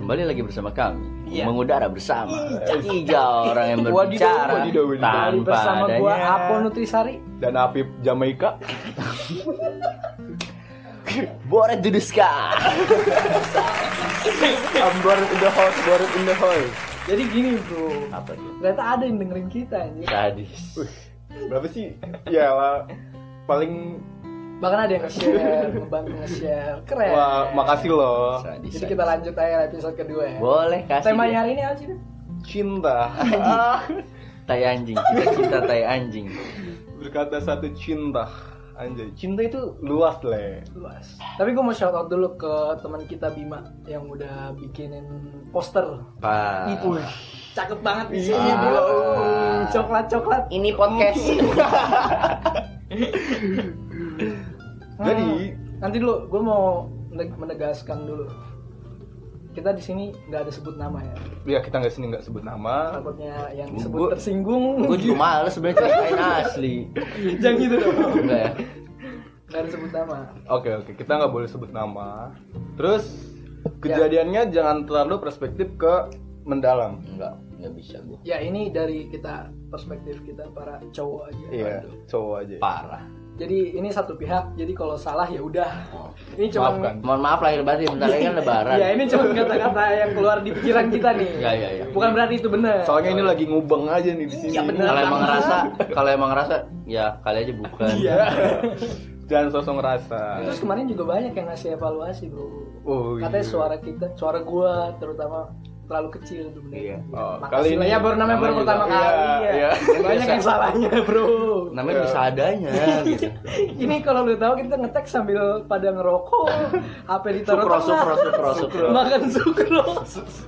Kembali lagi bersama kami Iya. Mengudara bersama Tiga orang yang Wadidaw, berbicara wadidaw, wadidaw. Tanpa Bersama adanya gua, Apo Nutrisari dan Apip Jamaika Borat Duduska I'm Borat in the house Borat in the house Jadi gini bro Apa dia? Ternyata ada yang dengerin kita anjir Sadis berapa sih ya lah, paling Bahkan ada yang nge-share Ngebantu nge-share Keren wah makasih loh Sadis Jadi kita lanjut aja episode kedua ya Boleh kasih Temanya hari ini apa sih? Bro? cinta Tai anjing Kita cinta tai anjing berkata satu cinta anjay cinta itu luas le Luas Tapi gue mau shout out dulu ke teman kita Bima Yang udah bikinin poster Pak Itu Cakep banget di Iya, sini bro Pak. Coklat-coklat Ini podcast Jadi- Hmm. Nanti dulu gue mau meneg- menegaskan dulu kita di sini nggak ada sebut nama ya ya kita nggak sini nggak sebut nama takutnya yang Gua- disebut gua- tersinggung Gue juga males sebenernya ceritain asli jangan gitu dong Enggak ya nggak disebut nama oke oke kita nggak boleh sebut nama terus Ya. kejadiannya jangan terlalu perspektif ke mendalam Enggak Enggak bisa gue ya ini dari kita perspektif kita para cowok aja iya cowok aja Parah jadi ini satu pihak jadi kalau salah ya udah Oh. ini Maafkan. cuma Mohon maaf lahir batin Bentar lagi kan lebaran ya ini cuma kata-kata yang keluar di pikiran kita nih Ya, ya, ya. bukan berarti itu benar Iya, soalnya ini lagi ngubeng aja nih di sini Iya, bener. kalau emang Beneran. ngerasa kalau emang ngerasa ya kali aja bukan iya jangan sosok ngerasa terus kemarin juga banyak yang ngasih evaluasi bro Oh, katanya iya. suara kita suara gua terutama terlalu kecil sebenarnya Iya. Oh, Makasih kali lah ini- ya baru namanya baru namanya pertama juga- kali iya, ya. iya. banyak yang salahnya bro namanya bisa adanya gitu ini kalau lu tahu kita ngetek sambil pada ngerokok HP ditaruh Sukro, tengah. sukro, sukro, sukro. makan sukro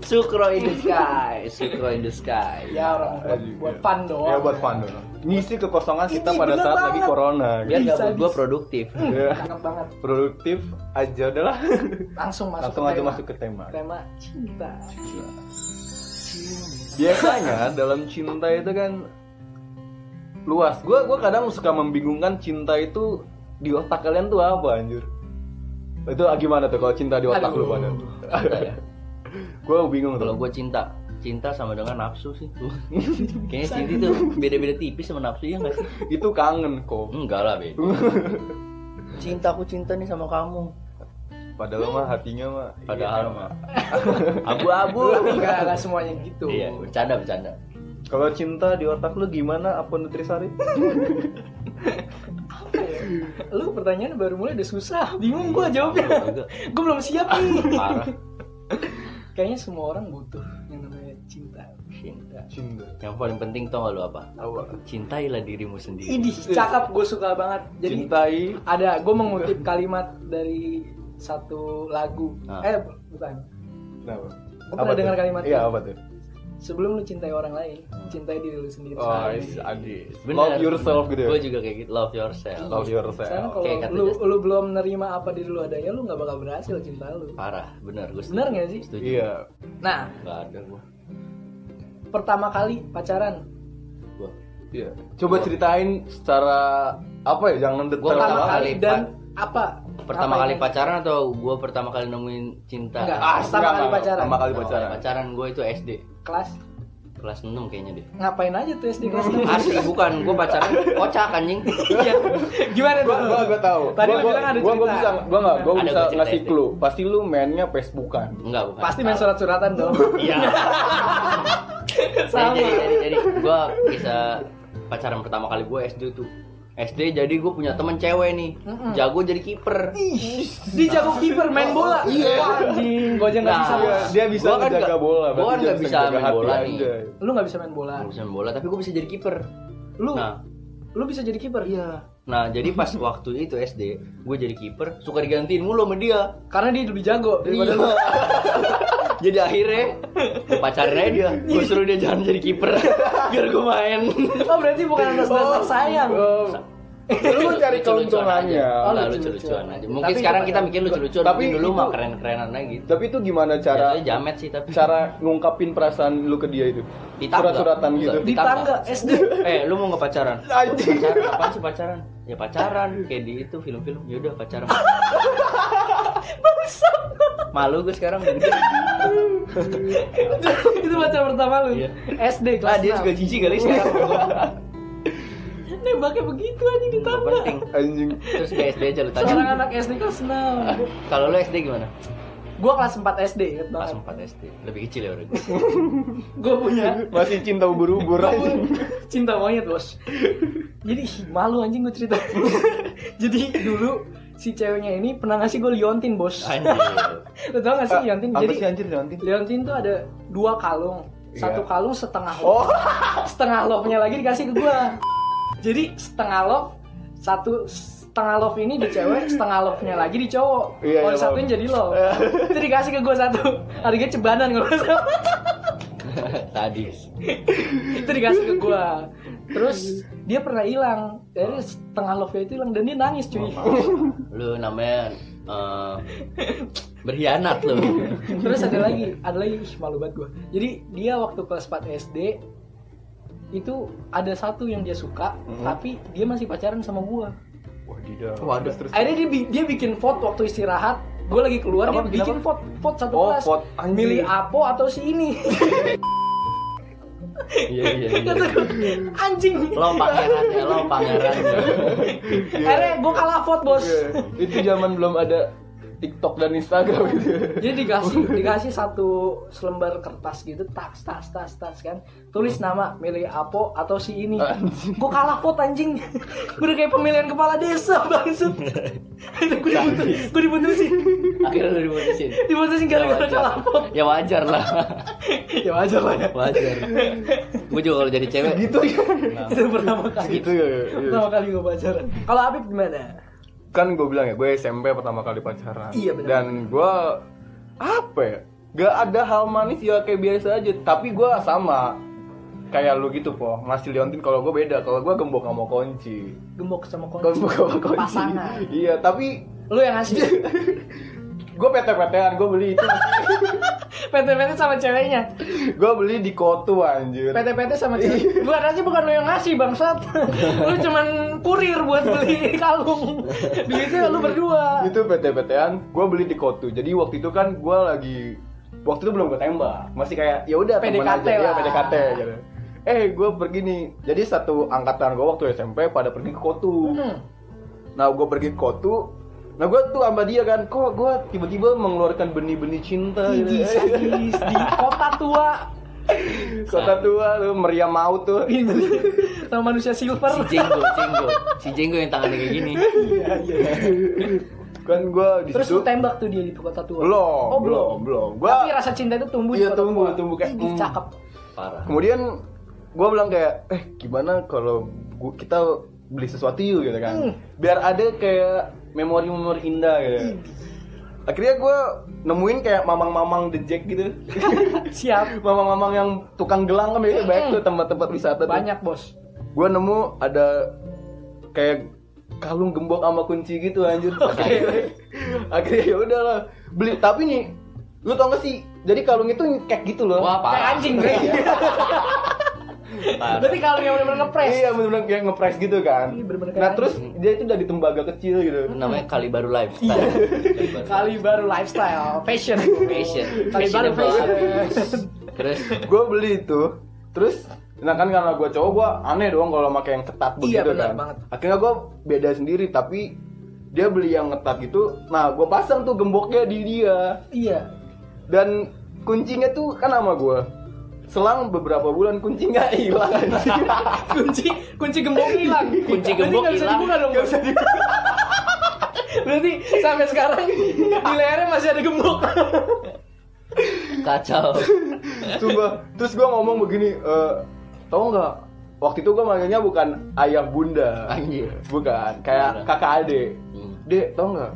sukro in the sky sukro in the sky ya orang buat, Iya. buat fun doang Ya buat fun doang. Ngisi kekosongan Ini kita pada bener saat lagi banget. corona. biar Bisa, gitu. gabut gue bisa. produktif Ya. Cakep banget Produktif aja udahlah. langsung masuk Langsung ke aja tema. masuk ke tema. tema cinta Biasanya dalam cinta itu kan luas. Gua gua kadang suka membingungkan cinta itu di otak kalian tuh apa anjir? Itu ah, gimana tuh kalau cinta di otak Aduh. ya? lu pada? gua bingung kalau tuh. gue cinta cinta sama dengan nafsu sih tuh kayaknya cinta itu beda-beda tipis sama nafsu ya nggak sih Itu kangen kok. enggak lah be cinta aku cinta nih sama kamu Padahal mah hatinya mah Iya. padahal mah Bu, abu-abu nggak nggak Oh, semuanya gitu iya bercanda bercanda Kalau cinta di otak lu gimana apa Nutrisari? Apa ya? lu pertanyaan baru mulai udah susah bingung gua Iya, jawabnya Juga. gue belum siap nih parah kayaknya semua orang butuh yang namanya cinta cinta cinta. yang paling penting tau gak lu apa Apa? cintailah dirimu sendiri Iya. ini cakap gue suka banget jadi Cintai ada gue mengutip kalimat dari satu lagu Ah. eh bukan Kenapa? Gua pernah tuh? dengar kalimat Iya itu. apa tuh? sebelum lu cintai orang lain cintai diri lu sendiri Oh, Sendiri. is Adi. Love yourself gitu. Gue ya? juga kayak gitu, love yourself. Love Soalnya yourself. kalau Kayak kata lu, Justin. lu belum nerima apa diri lu adanya lu nggak bakal berhasil cinta lu Parah, bener gue bener nggak sih Setuju. Iya. nah Gak ada gue. pertama kali pacaran Gue Iya. Coba ceritain secara apa ya? Jangan detail Pertama pertama, banget. kali kali dan pa- apa pertama Apa kali yang- pacaran atau gue pertama kali nemuin cinta? Enggak. Pertama Ah, enggak, kali enggak. pacaran. Pertama kali Pertama pacaran. pacaran gue itu SD kelas kelas 6 kayaknya deh. ngapain aja tuh SD kelas enam? Asli bukan, gue pacaran kocak anjing. Iya. Gimana tuh? Gua gua gua tahu. Tadi Gua lu gua bilang ada gua, gua cerita. bisa gua enggak Ada gua bisa gua cerita ngasih itu. clue. Pasti lu mainnya Facebookan. Enggak bukan. Pasti main surat-suratan dong. Iya. Sama. Jadi jadi jadi, jadi gue bisa pacaran pertama kali gue SD tuh. SD jadi gue punya temen cewek nih, Mm-mm. jago jadi kiper. Dia jago kiper main bola. Iya. Wah, Anjing, gua aja enggak Nah. bisa. Iya, dia bisa Gua kan menjaga nggak- bola, gua kan dia nggak bisa menjaga main hati bola aja. nih. Lu nggak bisa main bola. Gak bisa main bola, tapi gue bisa jadi kiper. Lu Nah, lu bisa jadi kiper. Iya. Nah, jadi pas waktu itu SD, gue jadi kiper, suka digantiin mulu sama dia. Iya. Karena dia lebih jago daripada lu. jadi akhirnya gue pacarnya dia, Iya. gue suruh dia jangan jadi kiper biar gue main. Oh, berarti bukan atas dasar sayang. Oh. Lu cari Lucu-lucuan keuntungannya. aja. Oh, Nah, lucu-lucuan. lucu-lucuan aja. Mungkin Tapi sekarang kita kebanyakan- mikir lucu-lucuan, Tapi tapi dulu itu- mah keren-kerenan aja gitu. Tapi itu gimana cara Jatuhnya jamet sih tapi. cara ngungkapin perasaan lu ke dia itu? Di tangga. Surat-suratan gitu. Enggak. Di tangga SD. Eh, lu mau nggak pacaran? Anjing. Pacaran, apaan sih pacaran? Ya pacaran, kayak di itu film-film. Ya udah pacaran. Malu gue sekarang. itu pacar pertama lu Iya. SD kelas Lah dia juga jijik kali sekarang. nembaknya begitu aja Hmm, Nggak ditambah penting. anjing Terus ke SD aja lu seorang tanya. anak SD kelas Ah. 6 Kalau lu SD gimana? gue kelas 4 SD inget Pas 4 banget SD. Lebih kecil ya udah. gue punya masih cinta ubur-ubur anjing cinta monyet bos jadi ih, malu anjing gue cerita jadi dulu si ceweknya ini pernah ngasih gue liontin bos Anjir. lo tau gak sih liontin Ah, apa jadi sih anjir nanti liontin tuh ada dua kalung satu Iya. kalung setengah oh setengah love-nya lagi dikasih ke gua. Jadi setengah love satu setengah love ini di cewek, setengah love-nya lagi di cowok. Iya, Kalau iya, disatuin paham. jadi love. Itu dikasih ke gua satu. Harganya cebanan kalau nggak salah. Tadi. Itu dikasih ke gua. Terus dia pernah hilang. Jadi setengah love-nya itu hilang dan dia nangis cuy. Oh, Lu namanya eh, berkhianat lu. Terus ada lagi, ada lagi Ih, malu banget gua. Jadi dia waktu kelas 4 SD itu ada satu yang dia suka, Mhm. tapi dia masih pacaran sama gua. wadidaw Waduh. terus terus Akhirnya dia, bi- dia bikin vote waktu istirahat. Gue lagi keluar Apa, bikin dia bikin apa? vote vote satu Oh, kelas. vote. Anjir. Milih Apo atau si ini? Iya iya iya. Kata gua, Anjing. Lo pangeran ya, lo pangeran ya. Akhirnya gue kalah vote bos. Iya. itu zaman belum ada TikTok dan Instagram gitu Jadi dikasih dikasih satu selembar kertas gitu, tas tas tas tas kan. Tulis nama milih Apo atau si ini. Anjing. Gue kalah vote anjing. Gue udah kayak pemilihan kepala desa bangsat. gue diputusin, gue diputusin, Akhirnya lu dimutusin. diputusin gara-gara kalah vote. Ya wajar lah. Ya wajar lah ya. Wajar. Gue juga kalau jadi cewek gitu ya Itu pertama kali. gitu ya iya. Pertama kali gue pacaran. Kalau Habib gimana? kan gue bilang ya gue SMP pertama kali pacaran Iya, benar. dan gue apa ya gak ada hal manis ya kayak biasa aja tapi gue sama kayak lu gitu po masih liontin kalau gue beda kalau gue gembok sama kunci Gembok sama konci. gembok sama kunci Pasangan. iya tapi Lu yang ngasih. gue pt-ptan gue beli itu PT-PT sama ceweknya. gue beli di kotu anjir PT-PT sama Iya. cewek. Gua rasa bukan lu yang ngasih bangsat. Lu cuman kurir buat beli kalung. Duitnya lu berdua. itu PT-PTan gue beli di Kotu jadi waktu itu kan gue lagi waktu itu belum gue tembak masih kayak ya udah PDKT temen aja ya lah. PDKT gitu eh gue pergi nih jadi satu angkatan gue waktu SMP pada pergi ke Kotu Hmm. nah gue pergi ke Kotu nah gue tuh sama dia kan kok gue tiba-tiba mengeluarkan benih-benih cinta Iji Gitu. sadis di kota tua kota tua tuh meriam maut tuh Iya. sama manusia si silver. Jenggo, Jenggo. Si Jenggo yang tangannya kayak gini. kan gue di Terus situ lu tembak tuh dia di kota tua. belum Oh, belum belum. belum Tapi gue rasa cinta itu tumbuh Iya, di kota tumbuh, tua. tumbuh kayak, Ih, hmm. cakep. Parah. kemudian gue bilang kayak eh gimana kalau gua, kita beli sesuatu yuk gitu kan Hmm. biar ada kayak memori-memori indah gitu akhirnya gue nemuin kayak mamang-mamang the jack gitu Siap. mamang-mamang yang tukang gelang kan biasanya banyak tuh tempat-tempat wisata Hmm. Banyak, Bos. gue nemu ada kayak kalung gembok sama kunci gitu anjir akhirnya, akhirnya ya udahlah beli tapi nih lu tau gak sih jadi kalung itu kayak gitu loh Wah, Kayak parah. anjing, Bre. Iya. Parah. Berarti kalau yang benar-benar ngepres. Iya bener-bener kayak ngepres gitu kan Iya, bener-bener Nah kayak terus dia itu dari tembaga kecil gitu namanya kali baru lifestyle. Kali baru. Iya. Kali baru lifestyle, fashion. Iya. Fashion. Kali baru Fashionable fashion. habis. Terus Gue beli itu Terus Nah kan karena gue cowok gue aneh doang kalau pakai yang ketat Iya, begitu bener kan banget. Akhirnya gue beda sendiri tapi Dia beli yang ketat gitu Nah gue pasang tuh gemboknya di dia Iya. Dan kuncinya tuh kan sama gue Selang beberapa bulan kuncinya hilang anjing. Kunci kunci gembok hilang. Kunci Berarti gembok nggak bisa hilang. dibuka dong. Nggak bisa dibuka. Berarti sampai sekarang di lehernya masih ada gembok. kacau. Sumpah. Terus gue ngomong begini, eh tau nggak? Waktu itu gue manggilnya bukan ayah bunda, Anjir. bukan, Bunda. kayak kakak ade. Hmm. Dek, tau nggak?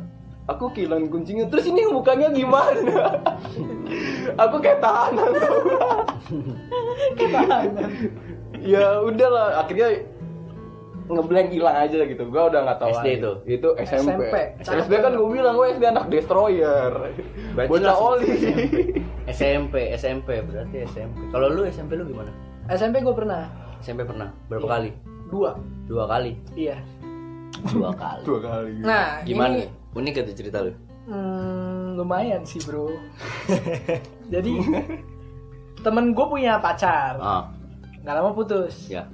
Aku kehilangan kuncinya. Terus ini bukannya gimana? Aku kayak tahanan. tau nggak? ya udahlah, akhirnya ngeblank hilang aja gitu. Gue udah nggak tahu. SD lagi. itu? Itu SMP. SMP. SMP kan gue bilang gue SD anak destroyer. Berarti Bocah langsung oli. SMP, SMP berarti SMP. Kalau lu SMP lu gimana? SMP gue pernah SMP pernah Iya. berapa kali? dua. Dua kali. Iya. Dua kali. ya Dua kali. Nah, Gimana? ini nih? Unik gitu cerita lu. hmm, lumayan sih, Bro. Jadi temen gue punya pacar, ah nggak lama putus. ya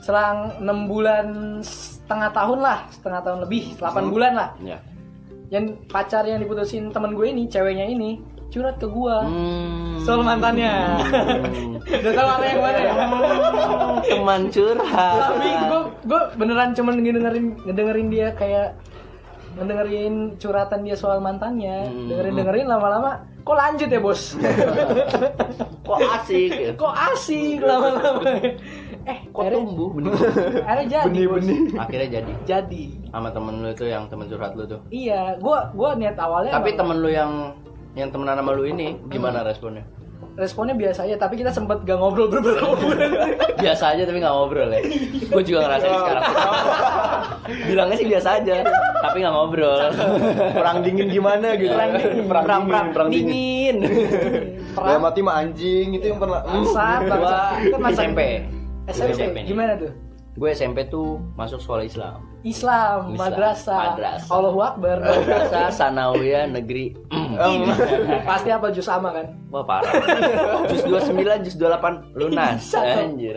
Selang 6 bulan setengah tahun lah, setengah tahun lebih, 8 bulan lah. ya Yang pacar yang diputusin temen gue ini, ceweknya ini, curhat ke gue. hmm. Soal mantannya. Hmm. Udah tahu arahnya kemana ya? teman curhat Tapi gue gue beneran cuman ngedengerin ngedengerin dia kayak ngedengerin curhatan dia soal mantannya, Hmm. dengerin dengerin lama-lama, kok lanjut ya bos? kok asik ya? kok asik lama-lama? eh, kok akhirnya, tumbuh benih akhirnya jadi bos. benih-benih akhirnya jadi Jadi, sama temen lu itu yang temen curhat lu tuh iya, gue gue niat awalnya. tapi emang temen lu yang yang temenan sama lu ini gimana responnya responnya biasa aja, tapi kita sempet gak ngobrol beberapa bulan. biasa aja tapi nggak ngobrol ya gue juga ngerasain sekarang bilangnya sih biasa aja tapi nggak ngobrol perang dingin gimana gitu Perang dingin. perang perang perang dingin dingin Lah Perang mati mah anjing itu yang pernah hmm. bangsat, bangsat. Itu gue masa- SMP SMP SMP, nih. gimana tuh? gue SMP tuh masuk sekolah Islam Islam, Islam, madrasah, madrasah. Allahu Akbar. Madrasah Sanawiyah Negeri Pasti apa jus sama kan? Wah parah Jus 29, Jus 28 Lunas Bisa tuh. Anjir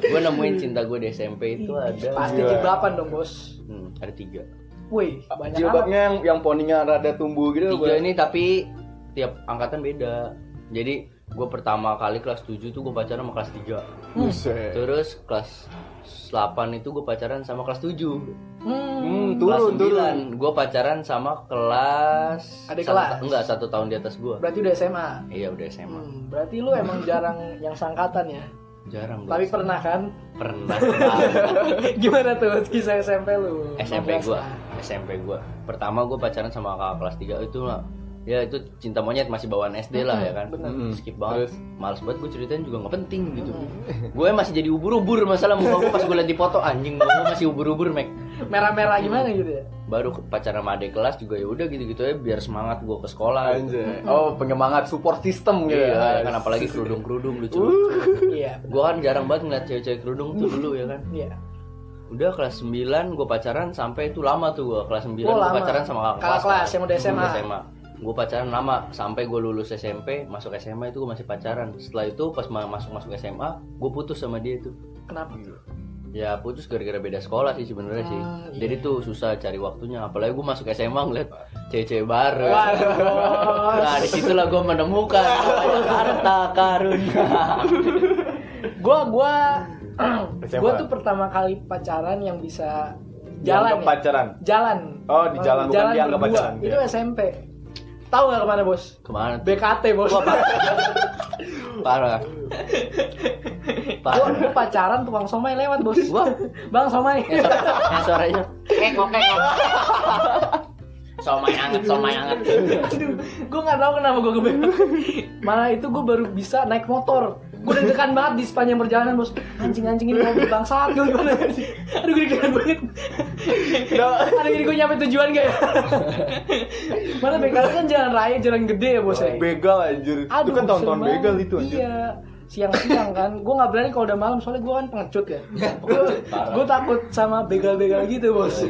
Gue nemuin cinta gue di SMP itu ada Pasti Iya. jilbaban dong, Bos. hmm, Ada tiga Wih, banyak jilbabnya yang yang poninya rada tumbuh Iya, gitu Tiga Bang. ini tapi Tiap angkatan beda Jadi gue pertama kali kelas 7 tuh gue pacaran sama kelas 3 Hmm. Eh. Buset. Terus kelas 8 itu gue pacaran sama kelas 7 anak. Hmm. Hmm, Kelas turun turun. 9 gue pacaran sama kelas Adik satu- kelas. Enggak, satu tahun di atas gue Berarti udah SMA. Iya udah SMA Hmm, berarti lu emang jarang yang sangkatan ya. Jarang gua Tapi pernah kan? pernah banget. Gimana tuh kisah SMP lu? SMP gua 15 lah. SMP gua pertama gua pacaran sama kakak kelas 3 itu lah ya itu cinta monyet masih bawaan SD lah ya kan bener. Mm, skip banget Terus? males banget gue ceritain juga nggak penting gitu gue masih jadi ubur-ubur masalah muka gue pas gue liat di foto anjing gue masih ubur-ubur mek Merah-merah gimana gitu ya? baru ke- pacaran sama adik kelas juga ya udah gitu-gitu ya biar semangat gue ke sekolah Hmm. Anjay. Oh, penyemangat support system gitu. iya ya. ya kan apalagi kerudung-kerudung lucu Uh. Iya. gue kan jarang banget ngeliat cewek-cewek kerudung tuh dulu ya kan Iya. Udah kelas 9 gue pacaran sampai itu lama tuh gue kelas 9 Oh, gue lama. pacaran sama kakak Kakak kelas yang udah SMA. Gue pacaran lama sampai gue lulus SMP, masuk SMA itu gue masih pacaran. Setelah itu pas masuk masuk SMA, gue putus sama dia tuh. Kenapa Iya. tuh? Ya putus gara-gara beda sekolah sih sebenarnya sih. Hmm, iya. Jadi tuh susah cari waktunya. Apalagi gue masuk SMA ngeliat cewek-cewek baru. Waduh, Bos. Nah disitulah gue menemukan namanya harta karunia. gua gua SMA. gua tuh pertama kali pacaran yang bisa Jalan jalan ya. pacaran. jalan Oh, di jalan, bukan dianggap berdua. pacaran. itu Iya. SMP tahu nggak kemana bos Kemana? tuh? BKT bos Gua Parah. gua, Parah. gua pacaran tukang somai lewat bos Wah. bang somai yang suara- yang suaranya kekok kekok somai anget somai anget Aduh, gua nggak tahu kenapa gua kebe malah itu gua baru bisa naik motor gua deg-degan banget di sepanjang perjalanan bos anjing-anjing ini mobil bangsat gua gimana aduh gua deg-degan banget aduh ini gua nyampe tujuan gak ya mana BKT kan jalan raya jalan gede ya bos ya Begal anjir. itu kan bosen tonton banget. begal itu anjir. Iya. Siang-siang kan, gue nggak berani kalau udah malam soalnya gue kan pengecut ya. parah. gue takut sama begal-begal gitu bos.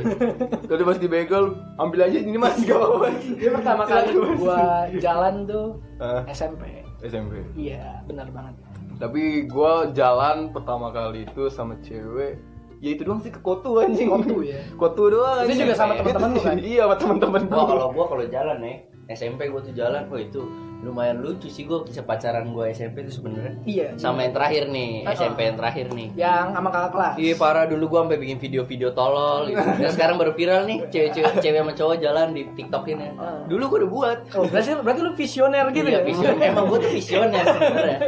Tadi pas di begal, ambil aja ini Mas, gak apa-apa. Dia Iya. pertama Iya, kali Silakan, Mas. gue jalan tuh Ah, SMP. SMP. Iya, benar banget. Tapi gua jalan pertama kali itu sama cewek Ya itu doang sih ke Kotu anjing Kotu ya? Kotu doang Itu anjing. juga sama Itu teman-teman lu kan? Iya sama teman-teman gua Oh, kalau gua kalau jalan ya, nih SMP gua tuh jalan wah itu lumayan lucu sih gua kisah pacaran gua SMP itu sebenarnya Iya. sama yang terakhir nih Uh-uh. SMP yang terakhir nih Yang sama kakak kelas. Iya parah dulu gua sampai bikin video-video tolol gitu. Dan sekarang baru viral nih cewek-cewek cewek sama cowok jalan di TikTokin ya. Dulu gua udah buat. Oh, berarti, berarti lu visioner Ah. gitu Iya, ya? vision. Emang gua tuh visioner sebenarnya.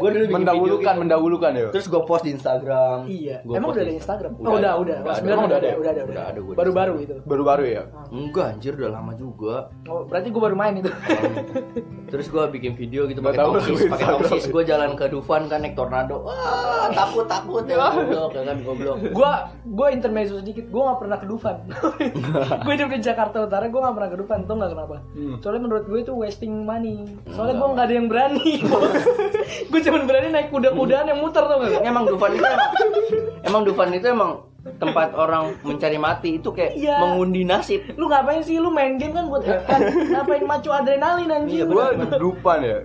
Gua dulu bikin video Mendahulukan, gitu. mendahulukan ya Terus gue post di Instagram. Iya. Gua Emang post udah di ada Instagram? Udah Oh, udah, ada. udah. Udah ada. Sebenarnya Emang udah ada, udah ada, Udah ada gua di Baru-baru Instagram. itu. Baru-baru ya? Enggak anjir udah lama juga. Oh, berarti gue baru main itu. Terus gue bikin video gitu Nggak pakai tahu tongsis, lu pakai Instagram. tongsis. Gue jalan ke Dufan kan naik tornado. Wah, takut takut ya goblok ya kan goblok. gue gue intermezzo sedikit gue nggak pernah ke Dufan gue hidup di Jakarta Utara gue nggak pernah ke Dufan tau nggak kenapa Hmm. soalnya menurut gue itu wasting money soalnya gue nggak ada yang berani gue cuma berani naik kuda-kudaan yang muter tau nggak Emang Dufan itu emang, emang Dufan itu emang tempat orang mencari mati itu kayak Iya. mengundi nasib. lu Iya. ngapain sih lu main game kan buat makan ngapain macu adrenalin Iya, anjir Gua dupan ya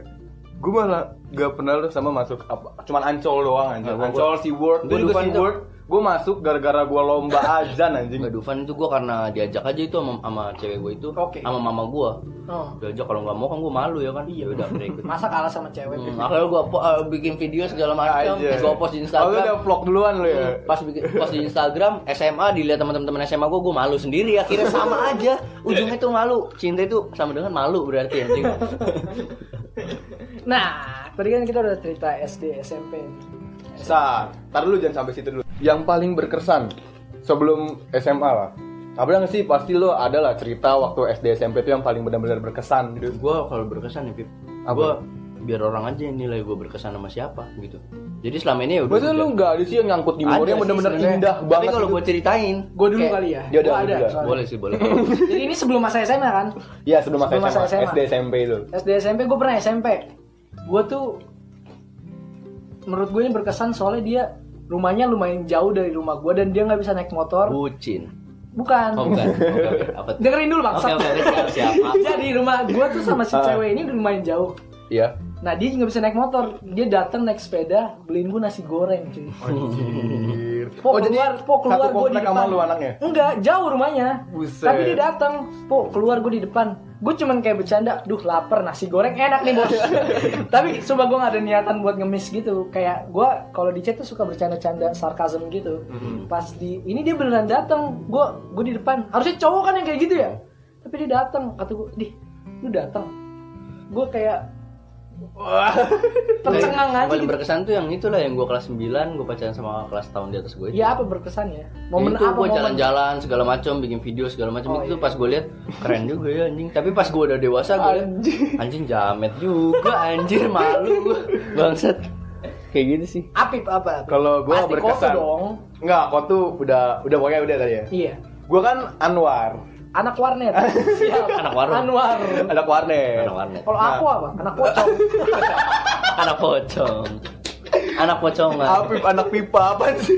gue malah gak pernah lu sama masuk apa cuman ancol doang anjir Nggak, Nah, gua- ancol si word gua gue juga Dufan si tuh- word gue masuk gara-gara gue lomba azan anjing Nggak Dufan itu gue karena diajak aja itu sama, sama cewek gue itu Oke. sama mama gue Oh. diajak kalau nggak mau kan gue malu ya kan iya udah akhirnya ikut Masa kalah sama cewek? Hmm, akhirnya gue bikin video segala macam Anjir. gue post di Oh, lu udah Instagram Iya. vlog duluan lu ya pas bikin post di Instagram SMA dilihat teman-teman SMA gue gue malu sendiri akhirnya sama aja ujungnya tuh malu cinta itu sama dengan malu berarti anjing Nah, tadi kan kita udah cerita SD, SMP. Sar, tar dulu jangan sampai situ dulu. Yang paling berkesan sebelum SMA lah. Tapi nggak sih pasti lo ada lah cerita waktu SD SMP itu yang paling benar-benar berkesan gitu. gue kalau berkesan ya Pip Apa? gue biar orang aja yang nilai gue berkesan sama siapa gitu jadi selama ini ya udah Maksudnya lu nggak ada sih yang ngangkut di memori yang benar-benar indah tapi banget. kalau gitu. gue ceritain Gue dulu kayak- kali ya. Dia ada, Gua dia ada. soalnya. boleh sih boleh Jadi ini sebelum masa SMA kan? Iya sebelum masa Sebelum masa SMA, SMA. SD SMP itu. SD SMP gue pernah SMP. Gue tuh menurut gue ini berkesan soalnya dia rumahnya lumayan jauh dari rumah gue dan dia nggak bisa naik motor. bucin Bukan. oh bukan oke oke apa tuh? Dengerin dulu oke maksud. oke oke, siap siap Apa? Jadi rumah gue tuh sama si Ah. cewek ini lumayan jauh. Iya. Nah dia nggak bisa naik motor. Dia datang naik sepeda beliin gue nasi goreng cuy. Anjir. Po keluar, po keluar Oh, satu gue di komplek depan. sama lu anaknya. Enggak, jauh rumahnya. Buset. Tapi dia datang, po keluar gue di depan. Gue cuman kayak bercanda, duh lapar nasi goreng enak nih bos. Tapi coba gue gak ada niatan buat ngemis gitu. Kayak gue kalau di chat tuh suka bercanda-canda sarkasm gitu. Hmm. Pas di ini dia beneran datang, gue gue di depan. Harusnya cowok kan yang kayak gitu ya. Tapi dia datang, kata gue, dih lu datang. Gue kayak tercengang aja Paling gitu. berkesan tuh yang itulah yang gue kelas 9 gue pacaran sama kelas tahun di atas gue Ya apa berkesannya? Momen itu apa? gue momen- jalan-jalan segala macam bikin video segala macam Oh, itu iya. pas gue lihat keren juga ya anjing tapi pas gue udah dewasa gue liat Anjing. anjing jamet juga anjir malu gue bangsat kayak gitu sih Apip apa? Apip? Kalau gue Pasti berkesan. Koso dong. Enggak, kau tuh udah udah pokoknya udah tadi ya. Iya. Gue kan Anwar, Anak warnet. Siap. Anak warung. Anwar. anak warnet. anak warnet Kalau Nah. aku apa? Anak pocong. anak pocong anak pocongan Apip anak pipa apa sih?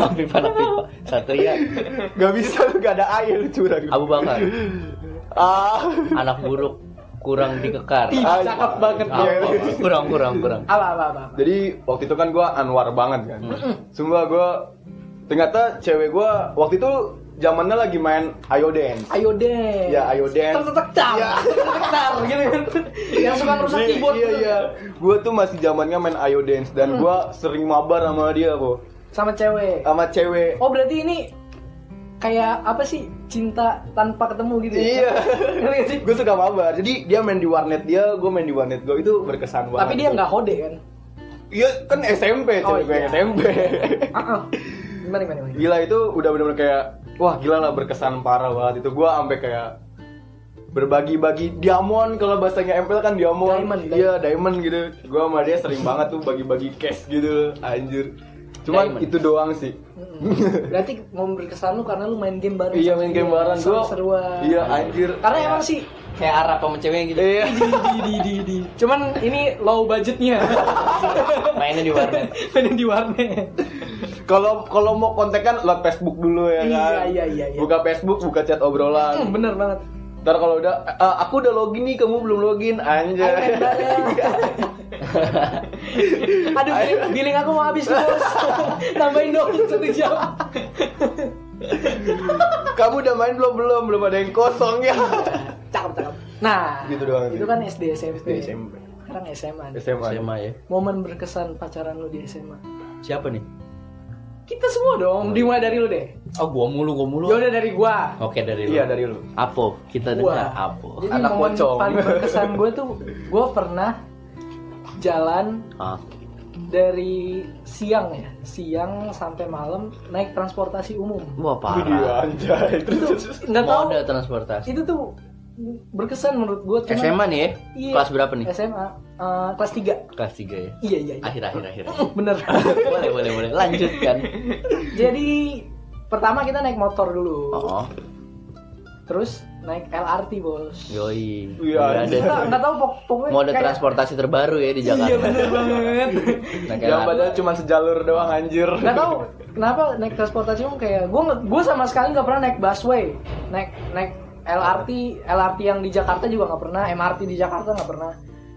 Afif anak pipa Satria Gak bisa lu gak ada air lu curang. Abu Bakar Ah. anak buruk kurang dikekar Ih, Ah, cakep banget Apa? dia. iya. kurang kurang kurang Apa apa apa. apa. Jadi waktu itu kan gue Anwar banget kan. Semua gue ternyata cewek gue waktu itu zamannya lagi main Ayo Dance. Ayo dance. Ya, ayo dance. Tetek tar. Ya. Tetek tar gitu kan. Yang suka rusak Iya, keyboard. Mm. Iya gitu. iya. Gue tuh masih zamannya main Ayo Dance dan gue sering mabar sama dia kok. Sama cewek. Sama cewek. Oh, berarti ini kayak apa sih cinta tanpa ketemu gitu ya? Iya. Ngerti gak sih? gue suka mabar. Jadi dia main di warnet dia, gue main di warnet gue itu berkesan banget. Tapi dia nggak hode kan? Iya kan SMP, Oh, cewek gue iya. SMP. Heeh. ah. Gimana gimana gimana? gila itu udah bener-bener kayak wah gila lah berkesan parah banget itu gua sampai kayak berbagi-bagi diamond kalau bahasanya MPL kan diamond Diamond, iya diamond gitu gua sama dia sering banget tuh bagi-bagi cash gitu anjir cuman Diamond. itu doang sih Mm-mm. Berarti mau berkesan lu karena lu main game bareng. iya sama main dia, game bareng gua Seru-seruan. iya anjir Karena emang sih kayak Arab sama ceweknya gitu iya di di di di. Cuman ini low budgetnya. mainnya di warnet Mainin di warnet. kalau kalau mau kontak kan lewat Facebook dulu ya Iya, kan iya, iya, iya. buka Facebook buka chat Hmm, obrolan bener banget. ntar kalau udah "Eh, aku udah login nih kamu belum login anjir Ayo main bareng. Aduh, billing, billing aku mau habis nih, bos. Tambahin dong satu jam. kamu udah main belum belum belum ada yang kosong ya Cakep, cakep. Nah, Gitu doang itu sih. kan SD, SMP. SMP. Sekarang SMA. nih. SMA. SMA ya Momen berkesan pacaran lu di SMA. siapa nih Kita semua dong, dimulai dari lu deh. oh gua mulu gua mulu Yaudah dari gua. Oke dari lu. Iya dari lu. Apo, kita dengar Apo. Jadi Anak momen pocong. paling berkesan gue tuh, gue pernah jalan Ah, dari siang ya, siang sampai malam naik transportasi umum. wah Wih, parah. anjay. Itu nggak tahu. Mode transportasi. Itu tuh berkesan menurut gue. cuman- SMA nih ya? Iya. Kelas berapa nih? SMA eh, kelas 3 Kelas 3 ya. Iya iya. iya. Akhir akhir akhir. Bener. boleh boleh boleh. Lanjutkan. Jadi pertama kita naik motor dulu, Oh, oh. terus naik LRT bos. yoi. Iya, Udah anjir. Nggak ada nggak tahu pok- pokoknya. mode kayak- transportasi terbaru ya di Jakarta. Iya bener banget. Nah, kayak Yang padahal cuma sejalur doang anjir. nggak tahu kenapa naik transportasi umum kayak gue gue sama sekali nggak pernah naik busway naik naik LRT LRT yang di Jakarta juga nggak pernah MRT di Jakarta nggak pernah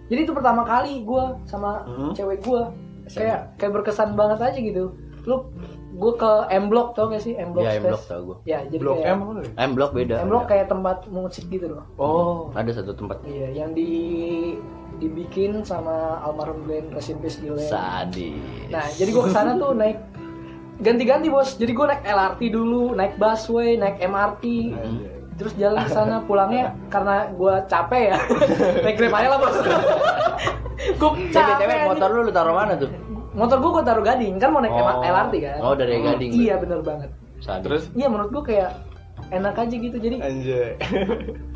Jadi itu pertama kali gue sama Hmm. cewek gue SMA. kayak kayak berkesan banget aja gitu. Lu gue ke M Block tau gak sih M Block Ya, Space? M Block tau Ya, gue. Ya jadi Blok kayak, M apa lu? M Block beda. M Block kayak tempat musik gitu loh. Oh. ada satu tempat Iya yang di dibikin sama almarhum Glenn Resin Peace Glenn. sadis. Nah, jadi gue kesana tuh naik ganti-ganti bos. Jadi gue naik LRT dulu, naik busway, naik MRT, terus jalan ke sana pulangnya karena gue capek ya. naik grab aja lah bos. gue Jadi capek. cewek motor Motor, lu lu taruh mana tuh? motor gue gue taruh gading kan mau naik Oh. MR- LRT kan. Oh, dari Gading. Iya bener banget. Sadis. Terus Iya menurut gue kayak enak aja gitu jadi Eh. anjay.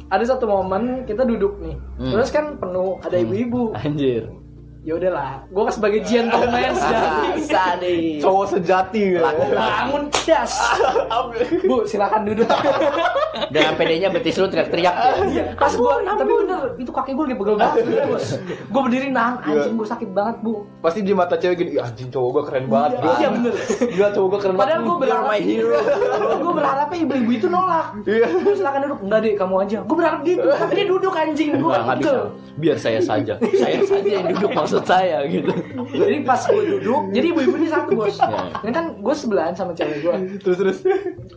ada satu momen kita duduk nih Hmm. terus kan penuh ada ibu-ibu anjir. ya udahlah gue sebagai gentleman jadi sadis. Cowok sejati ya. bangun das bu silakan duduk Dengan pedenya betis lu teriak-teriak. Ah, ya. Iya, pas gua tapi bener itu kaki gua lagi pegel banget bener, bos gua berdiri nang Iya. anjing gua sakit banget bu Pasti di mata cewek gini, "Ih, anjing cowok gua keren banget. Iya, iya, Bang." bener. Gila cowok gua keren padahal gua banget. berharap my hero. Padahal gua berharapnya ibu-ibu itu nolak Iya. Bu, silakan duduk enggak deh kamu aja gua berharap gitu tapi dia duduk anjing gua Enggak, nggak pegel bisa. Biar saya saja. Saya saja yang duduk maksud saya gitu. jadi pas gua duduk jadi ibu-ibu ini satu bos Iya. ini kan gua sebelahan sama cewek gua Terus terus.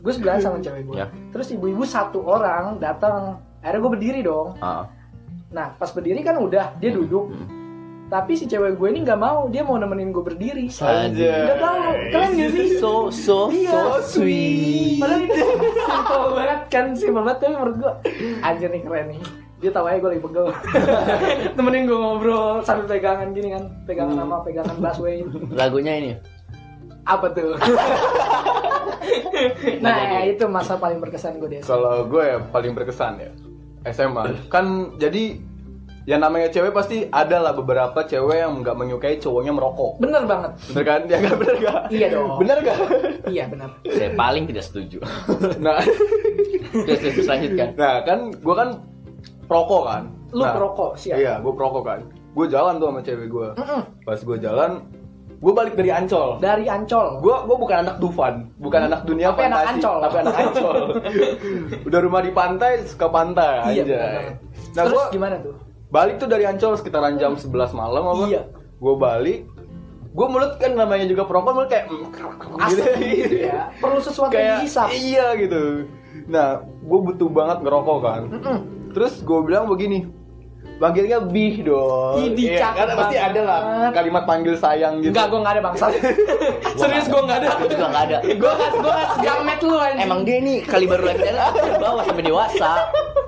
gua sebelahan sama cewek gua Iya. terus ibu-ibu satu orang datang akhirnya gua berdiri dong Ah. nah pas berdiri kan udah dia duduk Hmm. tapi si cewek gue ini nggak mau dia mau nemenin gue berdiri Sadis. Gak tau, keren gak sih? So so so Iya. sweet. Padahal itu simple banget kan, simple banget tapi menurut gua anjir nih keren nih. Dia tahu aja gue lagi pegel. Temenin gue ngobrol sambil pegangan gini kan, pegangan sama pegangan busway. Lagunya ini. Apa tuh? nah, itu masa paling berkesan gue di SMA. Kalau gue ya paling berkesan ya SMA. Kan jadi yang namanya cewek pasti ada lah beberapa cewek yang nggak menyukai cowoknya merokok. Bener banget. Bener kan? Ya nggak bener gak? Iya dong. Bener gak? Iya, benar. Saya paling tidak setuju. Nah, Terus terus lanjutkan. nah kan gue kan perokok kan. Lu Nah, perokok, siap. Iya, gue perokok kan. Gue jalan tuh sama cewek gue. Mm-mm. Pas gue jalan, gue balik dari Ancol. Dari Ancol. Gue gue bukan anak Dufan, bukan anak dunia Tapi anak fantasi, Ancol. tapi anak Ancol. Udah rumah di pantai, suka pantai Iya, aja. bener banget. Nah, Terus gue gimana tuh? balik tuh dari Ancol sekitaran jam 11 malam apa? Iya. Gue balik, gue mulut kan namanya juga perokok mulut kayak mm, Asli gitu ya. Perlu sesuatu yang kayak dihisap. iya gitu. Nah, gue butuh banget ngerokok kan. Mm-mm. Terus gue bilang begini, panggilnya bih dong. Ih, Iya, dicakar kan pasti banget. ada lah kalimat panggil sayang gitu. Enggak, gue nggak ada bangsa. Serius gue nggak ada. Aku juga nggak ada. Gue nggak, gue nggak segamet lu anjing. Emang dia nih kali baru lagi jalan aku dari bawah sampai dewasa.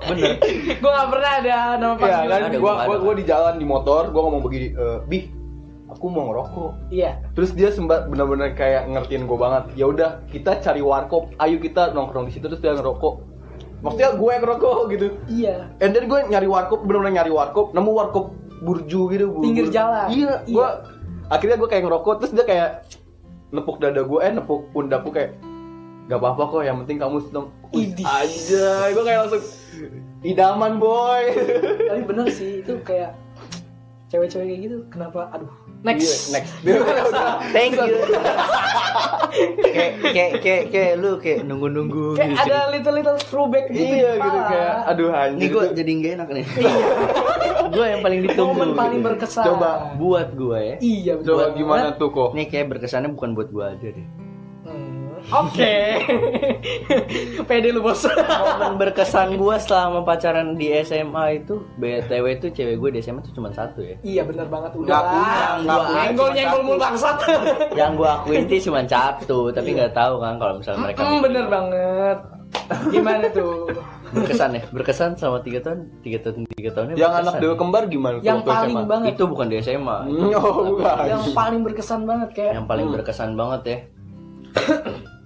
Bener. gue nggak pernah ada nama Iya panggilan. kan, Ada, gue ada. gua, gua di jalan di motor, gue ngomong begini, e, bih, aku mau ngerokok. Iya. Terus dia sempat benar-benar kayak ngertiin gue banget. Ya udah, kita cari warkop. Ayo kita nongkrong di situ terus dia ngerokok. Maksudnya gue yang ngerokok gitu. Iya. And then gue nyari warkop, bener-bener nyari warkop, nemu warkop burju gitu bu. Pinggir jalan. Iya, Iya. gue akhirnya gue kayak ngerokok, terus dia kayak nepuk dada gue, eh nepuk pundakku kayak gak apa-apa kok, yang penting kamu seneng. Idih. Aja, gue kayak langsung idaman boy. Tapi bener sih itu kayak cewek-cewek kayak gitu. Kenapa? Aduh. Next. Iya, next. Dia udah- Thank you. kayak kayak kayak kayak lu kayak nunggu-nunggu Kayak gitu. ada little little throwback gitu. iya gitu kayak, aduh Ini anjir. gue itu- jadi gak enak nih. gue yang paling ditunggu. Momen paling gitu. berkesan. Coba buat gue ya. Iya. bener Coba banget. gimana tuh kok? Ini kayak berkesannya bukan buat gue aja deh. Hmm, Oke. Pede lu bos. Momen berkesan gue selama pacaran di SMA itu, BTW itu cewek gue di SMA itu cuma satu ya. Iya bener banget udah Ngaku, lah. ngaku. Nyenggol nyenggol mulu bangsat. Yang gue akuin sih cuma satu, tapi nggak tahu kan kalau misalnya mereka Hmm, bener banget. Gimana tuh? berkesan ya, berkesan sama tiga tahun, tiga tahun, tiga tahunnya. Yang berkesan. anak dewa kembar gimana tuh Yang waktu paling SMA? banget. itu bukan di SMA. Hmm, Oh, bukan. Yang paling berkesan banget kayak Yang paling Hmm. berkesan banget ya,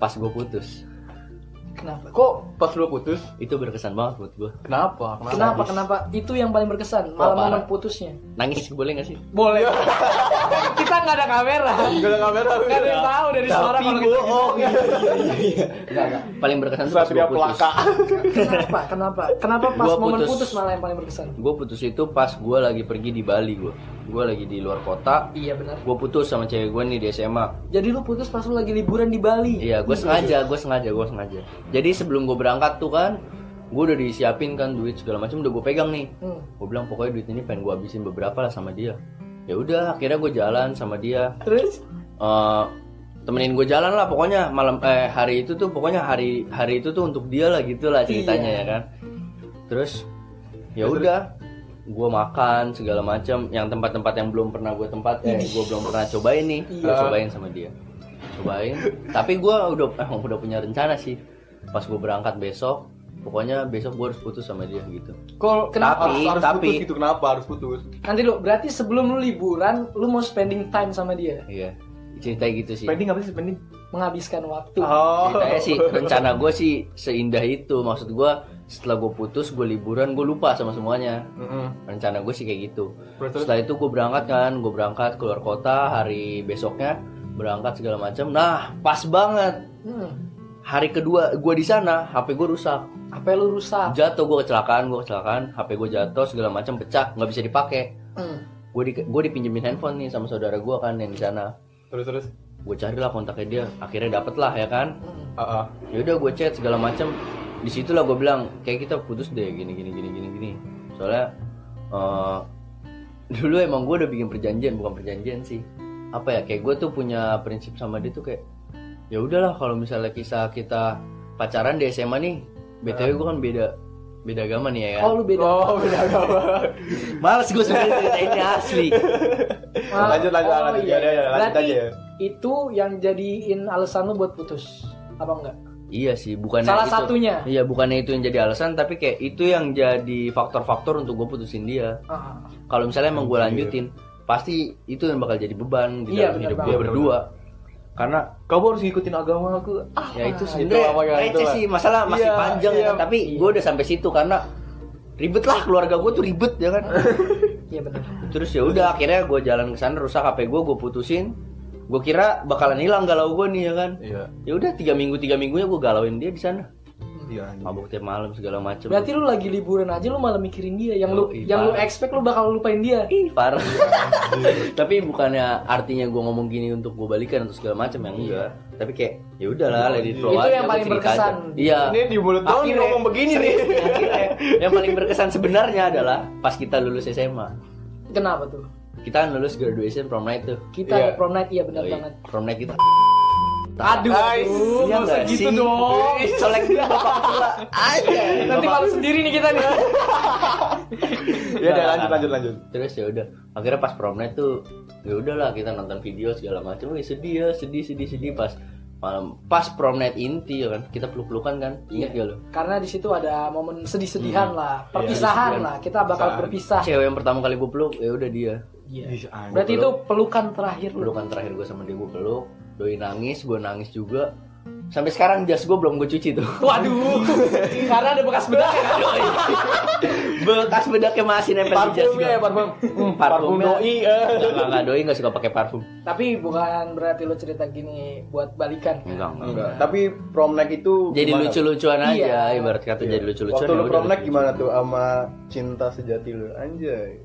pas gue putus, kenapa? Kok pas lu putus? itu berkesan banget buat gue. Kenapa? Kenapa? Kenapa kenapa itu yang paling berkesan malam parah. momen putusnya? Nangis boleh gak sih? Boleh. kita nggak ada kamera. Gak ada kamera. oh, Nggak ada yang tahu dari suara kalau kita bohong. Iya, iya, iya. Nggak, nggak. Paling berkesan tuh pas gue Satria putus. Pelaka. Kenapa? Kenapa? Kenapa pas Gua momen putus. putus malah yang paling berkesan? Gue putus itu pas gue lagi pergi di Bali gue. Gue lagi di luar kota. Iya benar. Gue putus sama cewek gue nih di SMA. Jadi lu putus pas lu lagi liburan di Bali. Iya, gue sengaja, gue sengaja, gue sengaja. Jadi sebelum gue berangkat tuh kan, gue udah disiapin kan duit segala macam udah gue pegang nih Hmm. gue bilang pokoknya duit ini pengen gue habisin beberapa lah sama dia ya udah akhirnya gue jalan sama dia Terus? Eh, temenin gue jalan lah pokoknya malam eh hari itu tuh pokoknya hari hari itu tuh untuk dia lah gitu lah ceritanya Iya. ya kan terus ya udah gue makan segala macam yang tempat-tempat yang belum pernah gue tempat eh gue belum pernah cobain nih gue Iya. cobain sama dia cobain tapi gue udah emang udah punya rencana sih pas gue berangkat besok pokoknya besok gue harus putus sama dia gitu Kok Kenapa? harus, harus Tapi- putus gitu kenapa harus putus? Nanti lu, berarti sebelum lu liburan, lu mau spending time sama dia. iya cerita gitu sih Pending apa sih pending? Menghabiskan waktu. Oh. ceritanya sih rencana gue sih seindah itu maksud gue setelah gue putus gue liburan gue lupa sama semuanya Mm-mm. rencana gue sih kayak gitu Terus, terus? setelah itu gue berangkat kan gue berangkat keluar kota hari besoknya berangkat segala macam nah pas banget Hmm. hari kedua gue di sana HP gue rusak HP lu rusak. jatuh gue kecelakaan gue kecelakaan HP gue jatuh segala macam pecah nggak bisa dipakai Hmm. gue di, gue dipinjemin handphone nih sama saudara gue kan yang di sana Terus terus. gue carilah kontaknya dia akhirnya dapet lah ya kan Hmm. Ah, ah. ya udah gue chat segala macam disitulah gue bilang kayak kita putus deh gini gini gini gini gini soalnya eh, dulu emang gue udah bikin perjanjian bukan perjanjian sih apa ya kayak gue tuh punya prinsip sama dia tuh kayak ya udahlah kalau misalnya kisah kita pacaran di SMA nih btw gue kan beda beda agama nih ya kan Oh, lu beda. Oh, beda agama. males gue sebenarnya cerita ini asli Ah, lanjut lanjut oh, lanjut. iya. Ya, ya, ya, lanjut Berarti aja. ya. itu yang jadiin alasan lu buat putus. Apa enggak? iya sih bukan Salah itu. satunya. iya bukannya itu yang jadi alasan tapi kayak itu yang jadi faktor-faktor untuk gue putusin dia Ah. kalau misalnya emang gue lanjutin pasti itu yang bakal jadi beban di dalam Iya, bener hidup banget. gue Iya, bener berdua karena Kamu harus ngikutin agama aku. Ah, ya itu itu apa sebenarnya yang itu receh lah. sih masalah masih Iya, panjang iya. ya, tapi gue udah sampai situ karena ribet lah keluarga gue tuh ribet ya kan Iya benar. terus ya udah akhirnya gue jalan ke sana rusak hp gue gue putusin gue kira bakalan hilang galau gue nih ya kan Iya. ya udah tiga minggu tiga minggunya gue galauin dia di sana Iya. mabuk tiap malam segala macem Berarti lu lagi liburan aja lu malah mikirin dia. Yang lu Oh, iya. yang lu expect lu bakal lupain dia. Ih, parah tapi bukannya artinya gue ngomong gini untuk gue balikan atau segala macam yang enggak tapi kayak ya udahlah let it flow Iya. Itu aja, yang gua paling cerita berkesan. aja. iya Ini di mulut doang Akhirnya- ngomong begini nih. serius akhirnya, yang paling berkesan sebenarnya adalah pas kita lulus SMA Kenapa tuh? kita kan lulus graduation prom night tuh Kita Iya. ada prom night iya benar Yoi, banget. prom night kita Aduh, Guys, aduh. Iya nggak usah nggak gitu sih? dong. Ih, colek dia bapak tua aja Iya, Nanti malu sendiri nih kita nih. Ya udah lanjut lanjut lanjut. terus ya udah akhirnya pas prom night tuh ya udahlah kita nonton video segala macam wih sedih ya sedih sedih sedih pas malam pas prom night inti ya kan kita peluk pelukan kan Iya. ingat gak lo Karena di situ ada momen sedih-sedihan lah, Iya, perpisahan sedih-sedihan. lah. Kita bakal Perpisahan. berpisah. cewek yang pertama kali gue peluk ya udah dia Iya. Ih, anjing. Berarti itu pelukan terakhir lu. pelukan terakhir gue sama dia gue peluk doi nangis gue nangis juga sampai sekarang jas gue belum gue cuci tuh Waduh. Karena ada bekas bedak ya. bekas bedaknya masih nempel di jas gue Parfumnya ya parfum. Hmm, Parfum parfumnya. doi. eh. Enggak, enggak, enggak, doi nggak suka pakai parfum Tapi bukan berarti lu cerita gini buat balikan. enggak enggak, Enggak. Tapi prom night itu jadi gimana? lucu-lucuan aja Iya. ibarat kata jadi lucu-lucuan Waktu ya lu udah prom night lucu-lucuan. gimana tuh sama cinta sejati lu? Anjay.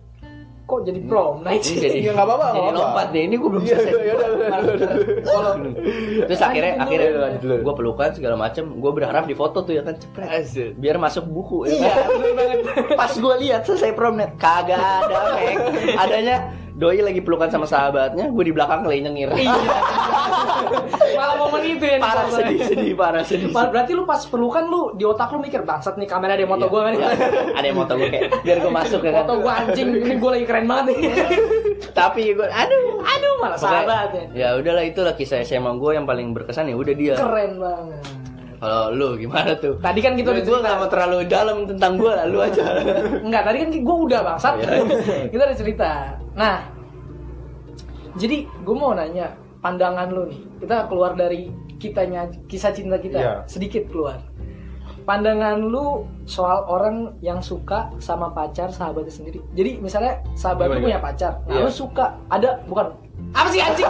Kok jadi prom ini night sih? jadi Iya, nggak apa-apa, nggak jadi apa-apa. lompat nih ini gue belum Iya, selesai iya, iya, iya, iya, iya. Kalau terus akhirnya Lanjutin akhirnya dulu. Lanjut dulu. gue pelukan segala macem gue berharap di foto tuh ya kan cepret biar masuk buku ya iya, kan? bener banget. pas gue lihat selesai promnet kagak ada Mek. adanya doi lagi pelukan sama sahabatnya gue di belakang lenyengir Iya. Iya, Malah momen itu ya. parah sedih sedih parah sedih Bar- berarti lu pas pelukan lu di otak lu mikir bangsat nih kamera ada yang moto Iya, gua kan iya. ada yang moto gue kayak biar gue masuk ya kan moto gua anjing ini gua lagi keren banget nih tapi gue aduh aduh malah sahabat ya Pokoknya- ya udahlah itulah kisah SMA gue yang paling berkesan ya udah dia keren banget kalau lu gimana tuh tadi kan kita udah gue cerita gak mau terlalu dalam tentang gue lah lu aja enggak tadi kan gua udah bangsat Oh, iya. kita udah cerita nah jadi gua mau nanya pandangan lu nih kita keluar dari kitanya kisah cinta kita Iya. sedikit keluar pandangan lu soal orang yang suka sama pacar sahabatnya sendiri. Jadi misalnya sahabat lu Gimana, punya gimana? pacar, nah Iya. lu suka ada bukan apa sih anjing?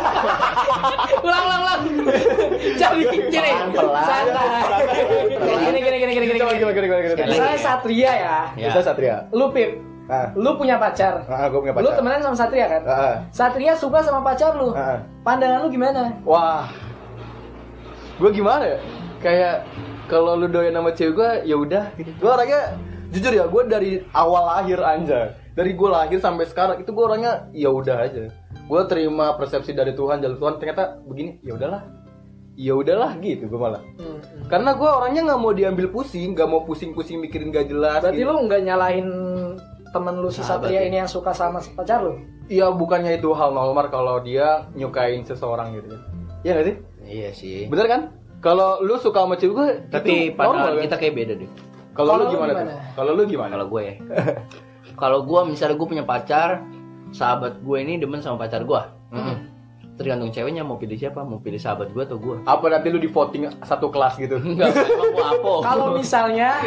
ulang ulang ulang. Jadi gini, Pelan-pelan. santai. Gini gini gini gini gini. Coba, gini. gimana, Sekali gimana, gimana, gimana? Misalnya ya. Satria ya, Ya. Bisa Satria. lu pip, Ah, lu punya pacar. ah, gua punya Lu pacar. temenan sama Satria kan? Ah, ah. Satria suka sama pacar lu. Ah, ah. Pandangan lu gimana? Wah. Gue gimana ya? Kayak kalau lu doyan sama cewek gue ya udah gitu. gue orangnya jujur ya gue dari awal lahir anjay dari gue lahir sampai sekarang itu gue orangnya ya udah aja gue terima persepsi dari Tuhan jalur Tuhan ternyata begini ya udahlah ya udahlah gitu gue malah Hmm, karena gue orangnya nggak mau diambil pusing nggak mau pusing-pusing mikirin gak jelas Berarti gitu. lu nggak nyalahin temen lu si Sahabat ya. Satria ini yang suka sama si pacar lu? Iya bukannya itu hal normal kalau dia nyukain seseorang gitu ya Iya gak sih? Iya sih. Bener kan? Kalau lu suka sama cewek gue Tapi itu pandangan normal kan? kita kayak beda deh. Kalau lu Kalau lu gimana, gimana? tuh? Kalau lu gimana? Kalau gue ya. Kalau gue misalnya gue punya pacar, sahabat gue ini demen sama pacar gue. Tergantung ceweknya mau pilih siapa, mau pilih sahabat gue atau gue. Apa nanti lu di voting satu kelas gitu? Enggak, mau apa? Kalau misalnya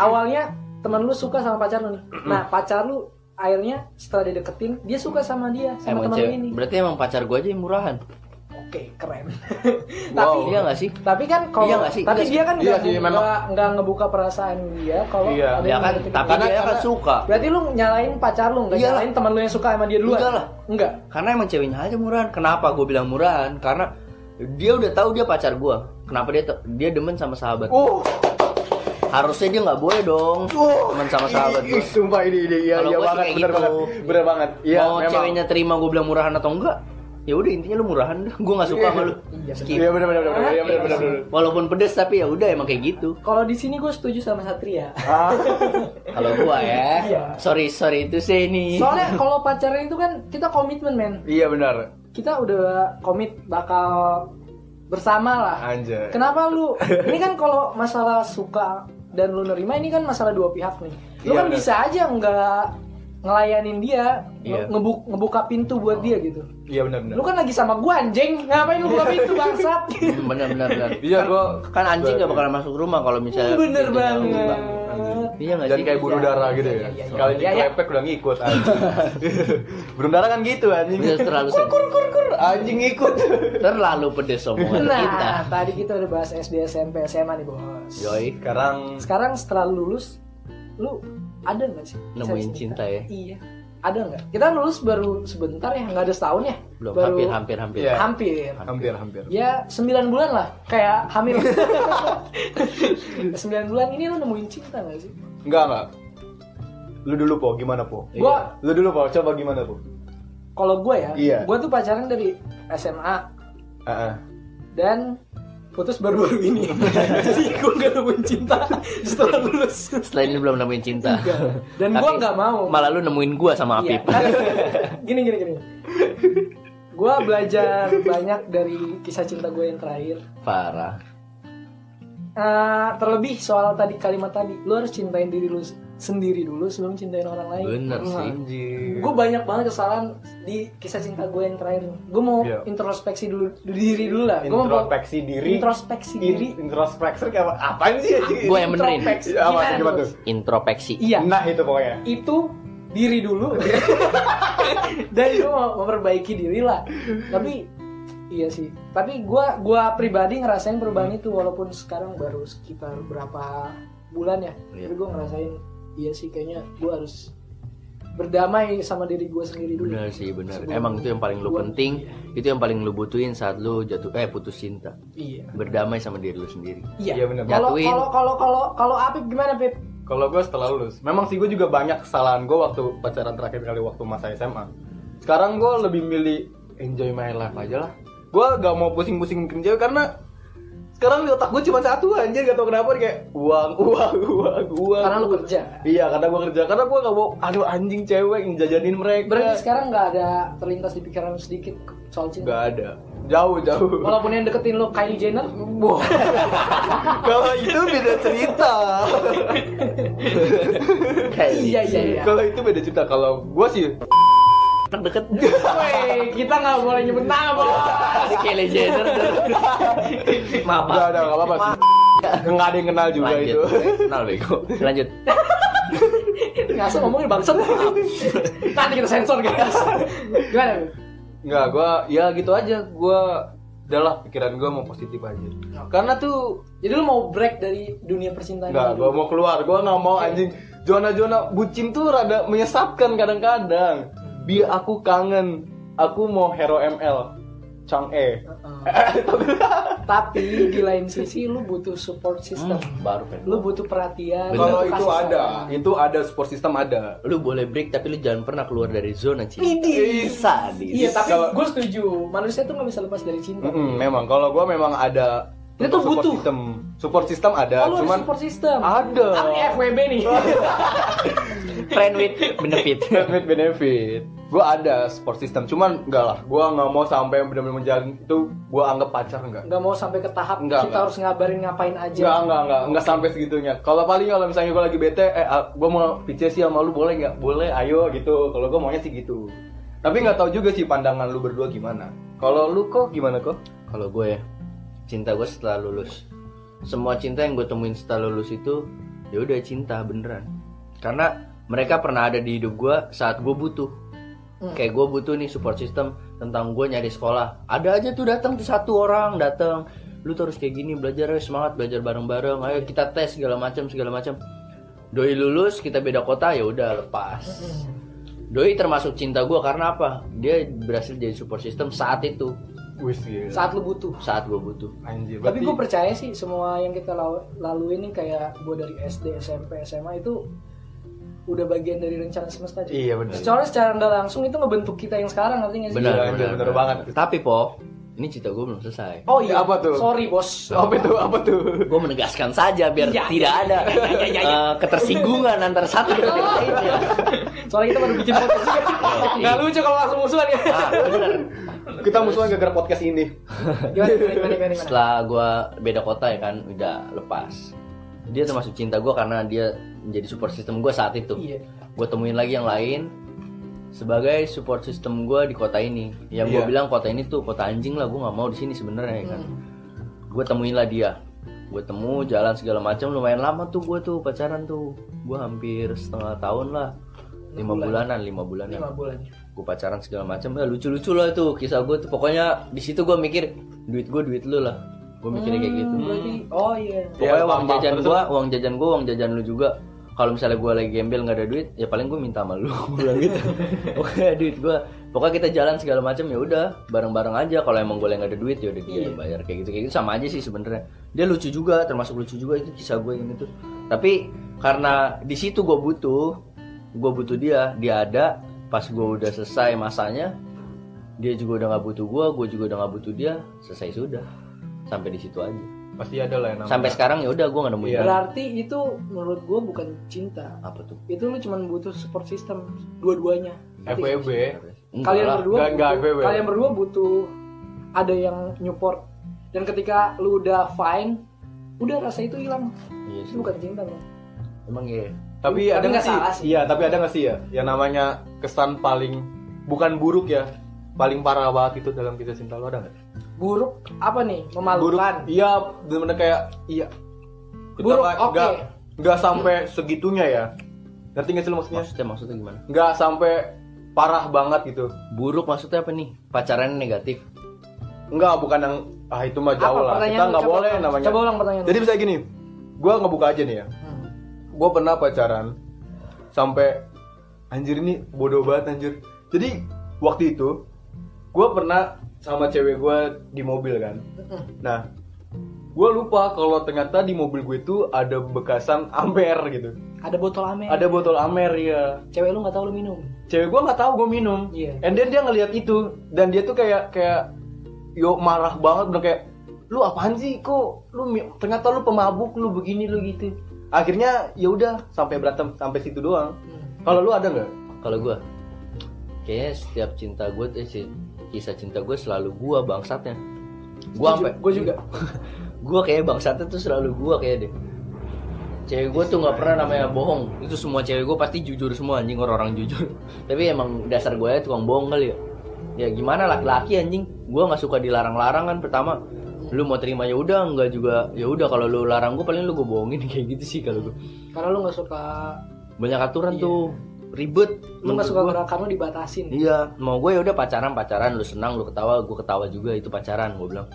awalnya temen lu suka sama pacar lu nih. Nah, pacar lu akhirnya setelah dideketin, dia suka sama dia, sama emang temen lu cewek, ini. berarti emang pacar gue aja yang murahan. Oke, keren. Tapi Tapi iya gak sih? tapi kan kalau Iya nggak sih? tapi Iya dia kan Iya nggak sih, ngebuka- memang. nggak ngebuka perasaan dia kalau Iya. ada Ya yang kan, ngedeketin. tapi Karena- dia kan karena- suka. Berarti lu nyalain pacar lu, nggak Iyalah. nyalain temen lu yang suka sama dia duluan? Enggak lah. Enggak. Karena emang ceweknya aja murahan. Kenapa gue bilang murahan? Karena dia udah tahu dia pacar gue. Kenapa dia te- dia demen sama sahabat? Uh, Harusnya dia nggak boleh dong demen sama sahabat Ih, gue. oh. ih, Sumpah ini ini iya Kalau iya gua sih banget, kayak bener gitu. banget, bener banget. Iya, mau memang. ceweknya terima gue bilang murahan atau enggak? Ya udah intinya lu murahan dah. Gue nggak suka sama lu. Iya, Skip. Iya bener bener bener bener, iya, bener bener bener. Walaupun pedes tapi ya udah emang kayak gitu. Kalau di sini gue setuju sama Satria. Ah, Kalau gua Iya. ya, sorry sorry itu sih ini. Soalnya kalau pacarnya itu kan kita komitmen men. Iya benar. Kita udah komit bakal bersama lah. Anjay. Kenapa lu? Ini kan kalau masalah suka dan lu nerima ini kan masalah dua pihak nih. Lu Iya, kan benar. bisa aja nggak ngelayanin dia, Iya. nge- ngebu- ngebuka Oh. pintu buat dia gitu. Iya bener bener. Lu kan lagi sama gua anjing, ngapain lu buka Iya. pintu bangsat? Hmm, Bener bener bener. Iya gua Kan anjing gak bakalan masuk rumah kalau misalnya. Bener pintunya banget. buka. Iya nggak Jangan sih? kayak burung dara gitu Iya, ya. iya, iya. Sekali Iya, iya. diklepek udah ngikut anjing. burung dara kan gitu anjing. Bener, Iya, terlalu kur sering. kur kur kur anjing ikut. Terlalu pedes omongan kita. Nah, tadi kita udah bahas SD, SMP, SMA nih bos. Joy. Sekarang Sekarang setelah lulus, lu ada nggak sih? Bisa Nemuin cerita? cinta ya? Iya. Ada nggak? Kita lulus baru sebentar ya, nggak ada setahun ya? Belum baru hampir Ya. hampir hampir. Iya. hampir. hampir hampir. Ya 9 bulan lah, kayak hamil. 9 bulan ini lu nemuin cinta nggak sih? Enggak enggak. Lu dulu po, gimana po? Iya. Gua Lu dulu po, coba gimana po? kalau gue ya, Iya. gue tuh pacaran dari SMA Ah, ah. dan putus baru-baru ini. Jadi gue nggak nemuin cinta setelah lulus. Setelah ini belum nemuin cinta. Enggak. Iya. Dan gua Tapi nggak mau. Malah lu nemuin gua sama Iya. Apip. gini gini gini. Gue belajar banyak dari kisah cinta gue yang terakhir. Parah. Eh, terlebih soal tadi kalimat tadi, lu harus cintain diri lu sendiri dulu sebelum cintain orang lain. Bener sih. Anjing. Gue banyak banget kesalahan di kisah cinta gue yang terakhir. Gue mau Iya. introspeksi dulu diri dulu lah. Gua mau introspeksi diri. introspeksi In- diri. Introspeksi kayak apa? Apaan sih anjing? Gua yang benerin. Introspeksi. Iya, Apa, Gimana, gimana tuh? Bos? Introspeksi. Iya, Nah, itu pokoknya. itu diri dulu. Dan gue mau memperbaiki diri lah. Tapi iya sih. Tapi gue gua pribadi ngerasain perubahan itu walaupun sekarang baru sekitar berapa bulan ya. Iya. Tapi gue ngerasain iya sih kayaknya gue harus berdamai sama diri gue sendiri dulu. Bener sih, bener. Sebelum Emang itu yang paling lu gua- penting, itu yang paling lu butuhin saat lu jatuh eh putus cinta. Iya. Berdamai sama diri lu sendiri. Iya Iya, bener. Kalau Nyatuin. kalau kalau kalau kalau Apip gimana Pip? Kalau gue setelah lulus, memang sih gue juga banyak kesalahan gue waktu pacaran terakhir kali waktu masa SMA. Sekarang gue lebih milih enjoy my life aja lah. Gue gak mau pusing-pusing mikirin cewek karena sekarang di otak gue cuma satu anjir gak tau kenapa kayak uang uang uang uang. Karena lu uang. kerja. Iya karena gue kerja karena gue gak mau aduh anjing cewek ngejajanin mereka. Berarti sekarang nggak ada terlintas di pikiran lu sedikit soal cinta. Gak ada. Jauh jauh. Walaupun yang deketin lo Kylie Jenner, Wah. Kalau itu beda cerita. iya iya iya. Kalau itu beda cerita. Kalau gue sih Deket deket. Woi, kita nggak boleh nyebut nama bos. Ada kayak Iya. legender. Maaf. Udah, udah, gak apa-apa sih. Nggak ada yang kenal juga Lanjut. itu. Kenal bego. Lanjut. Nggak usah ngomongin bangsat. Nanti kita sensor guys. Gimana? Bim? Nggak, gua ya gitu aja. Gua adalah pikiran gua mau positif aja. Karena tuh Jadi lu mau break dari dunia percintaan? nggak, lu? gua mau keluar. Gua nggak mau anjing. Zona-zona bucin tuh rada menyesatkan kadang-kadang. Biar aku kangen. Aku mau hero ML. Chang E. tapi di lain sisi lu butuh support system baru kan lu butuh Bener. perhatian Hmm. Kalau lu itu kasih ada, sayang. itu ada support system ada. lu boleh break tapi lu jangan pernah keluar dari zona sih Idih. sadis iya tapi Kalau- gue setuju manusia tuh nggak bisa lepas dari cinta Mm-mm, memang kalau gua memang ada Itu untuk support butuh. system. Support system ada, Oh, lu cuman ada support system ada. Ah, ini FWB nih friend with benefit Iya. benefit benefit. Gua ada support system, cuman enggak lah. Gua nggak mau sampai benar-benar menjalin itu gua anggap pacar enggak. nggak mau sampai ke tahap Nggak, kita nggak. harus ngabarin ngapain aja Enggak, enggak, enggak, enggak sampai segitunya. Kalau paling kalau misalnya gue lagi bete, eh ah, gue mau PC sih sama lu boleh nggak? Boleh, ayo gitu. Kalau gue maunya sih gitu. Tapi nggak tahu juga sih pandangan lu berdua gimana. Kalau lu kok gimana kok? kalau gue ya cinta gue setelah lulus semua cinta yang gue temuin setelah lulus itu ya udah cinta beneran karena mereka pernah ada di hidup gue saat gue butuh kayak gue butuh nih support system tentang gue nyari sekolah ada aja tuh datang tuh satu orang datang lu tuh harus kayak gini belajar ayo semangat belajar bareng-bareng ayo kita tes segala macam segala macam doi lulus kita beda kota ya udah lepas Iya. Hmm. doi termasuk cinta gue karena apa dia berhasil jadi support system saat itu Wis gila. saat lu butuh saat gue butuh Anjir, Tapi berarti gue percaya sih semua yang kita lalu, lalui ini kayak gue dari SD, SMP, SMA itu udah bagian dari rencana semesta. cuy. Iya, benar. Secara secara nggak langsung itu ngebentuk kita yang sekarang ngerti nggak sih? benar Iya, benar, iya, benar benar. banget. tapi po ini cerita gue belum selesai Oh iya Apa tuh? Oh, Sorry bos. apa itu? Apa tuh? gue menegaskan saja biar Iya. tidak ada Iya, Oh. iya, iya. eh, ketersinggungan antara satu dengan yang lainnya Soalnya kita baru bikin podcast. Nggak lucu kalau langsung musuhan ya. Nah, benar. Kita musuhan gara-gara podcast ini. Gimana gimana gimana gimana? gimana? setelah gue beda kota ya kan udah lepas dia termasuk cinta gue karena dia menjadi support system gue saat itu Iya. gue temuin lagi yang lain sebagai support system gue di kota ini yang gue Iya. bilang kota ini tuh kota anjing lah gue nggak mau di sini sebenarnya ya kan gue temuin lah dia gue temu jalan segala macam lumayan lama tuh gue tuh pacaran tuh gue hampir setengah tahun lah lima bulanan lima bulanan Lima bulan. gue pacaran segala macam ya lucu-lucu lah itu kisah gue tuh pokoknya di situ gue mikir duit gue duit lu lah gue mikirnya kayak gitu Berarti oh iya. pokoknya Ya, uang paham, jajan paham. gue uang jajan gue uang jajan lu juga kalau misalnya gue lagi gembel nggak ada duit ya paling gue minta sama lu Gua bilang gitu pokoknya duit gue pokoknya kita jalan segala macam ya udah bareng-bareng aja kalau emang gue yang nggak ada duit ya udah dia yang bayar kayak gitu kayak gitu sama aja sih sebenarnya dia lucu juga termasuk lucu juga itu kisah gue yang itu tapi karena di situ gue butuh gue butuh dia dia ada pas gue udah selesai masanya dia juga udah nggak butuh gue gue juga udah nggak butuh dia selesai sudah sampai di situ aja Pasti ada lah yang namanya. sampai sekarang ya udah gue nggak nemuin Iya. dia. Berarti itu menurut gue bukan cinta. apa tuh Itu lu cuman butuh support system dua-duanya. Ngerti? FWB. Enggak kalian lah. berdua Enggak, enggak, butuh, gue- gue- kalian berdua butuh ada yang nyupport dan ketika lu udah fine udah rasa itu hilang Iya itu sih. bukan cinta bro emang iya Tapi ada Tapi nggak nggak sih? salah sih. Iya, tapi ada nggak sih ya? Yang namanya kesan paling bukan buruk ya, paling parah banget itu dalam kisah cinta lo ada nggak? buruk apa nih buruk memalukan iya bener-bener kayak iya Kita Buruk, nggak- oke. nggak nggak sampai segitunya ya ngerti nggak sih lo maksudnya maksudnya maksudnya gimana nggak sampai parah banget gitu buruk maksudnya apa nih pacaran negatif nggak bukan yang ah itu mah jauh lah kita lu? nggak Coba boleh ulang. namanya coba ulang pertanyaan jadi lu. bisa gini gue ngebuka aja nih ya Hmm. gue pernah pacaran sampai anjir ini bodoh banget anjir jadi waktu itu gue pernah sama cewek gue di mobil kan Hmm. nah gue lupa kalau ternyata di mobil gue itu ada bekasan amer gitu ada botol amer ada botol amer ya cewek lu nggak tahu lu minum cewek gue nggak tahu gue minum Iya. and then dia ngelihat itu dan dia tuh kayak kayak yo marah banget bener kayak lu apaan sih kok lu mi- ternyata lu pemabuk lu begini lu gitu akhirnya ya udah sampai berantem sampai situ doang kalau lu ada nggak kalau gue kayaknya setiap cinta gue eh, si- kisah cinta gue selalu gue bangsatnya gue sampai gue juga gue kayak bangsatnya tuh selalu gue kayak deh cewek gue tuh nggak pernah namanya bohong itu semua cewek gue pasti jujur semua anjing orang-orang jujur tapi emang dasar gue ya tukang bohong kali ya ya gimana laki-laki anjing gue nggak suka dilarang-larang kan pertama lu mau terima ya udah nggak juga ya udah kalau lu larang gue paling lu gue bohongin kayak gitu sih kalau gue Hmm. karena lu nggak suka banyak aturan tuh ribet Iya. lu nggak menurut suka gua. gerakan lu dibatasin Iya, mau gue ya udah pacaran pacaran, lu senang, lu ketawa, gue ketawa juga itu pacaran, gue bilang.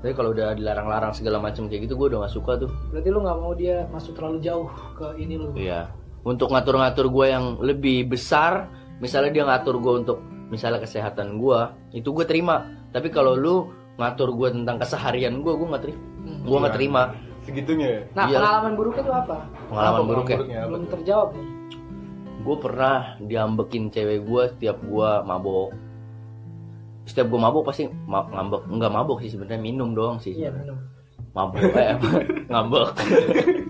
Tapi kalau udah dilarang-larang segala macam kayak gitu, gue udah gak suka tuh. berarti lu nggak mau dia masuk terlalu jauh ke ini lu Iya. Untuk ngatur-ngatur gue yang lebih besar, misalnya dia ngatur gue untuk misalnya kesehatan gue, itu gue terima. tapi kalau lu ngatur gue tentang keseharian gue gue nggak terima gue nggak Iya. terima segitunya ya Nah, Iya. pengalaman buruknya itu apa? pengalaman Apa buruk ya buruknya? Apa Belum tuh? terjawab nih. gue pernah diambekin cewek gue setiap gue mabok setiap gue mabok pasti ma- ngambek nggak mabok sih sebenarnya minum doang sih Iya, minum. mabok eh, ngambek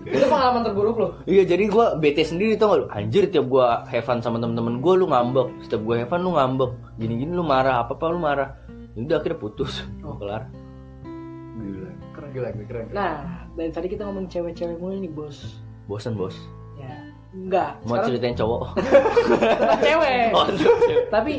Itu pengalaman terburuk lo. iya jadi gue bete sendiri tau gak lu anjir tiap gue heaven sama temen-temen gue lu ngambek setiap gue heaven lu ngambek gini-gini lu marah apa apa lu marah Ya udah akhirnya putus Oh. kelar gila Keren. gila gila, keren Nah, dari tadi kita ngomong cewek-cewek mulu nih, Bos. bosen bos Ya, enggak. mau Sekarang ceritain cowok tentang cewek. Oh, cewek. Tapi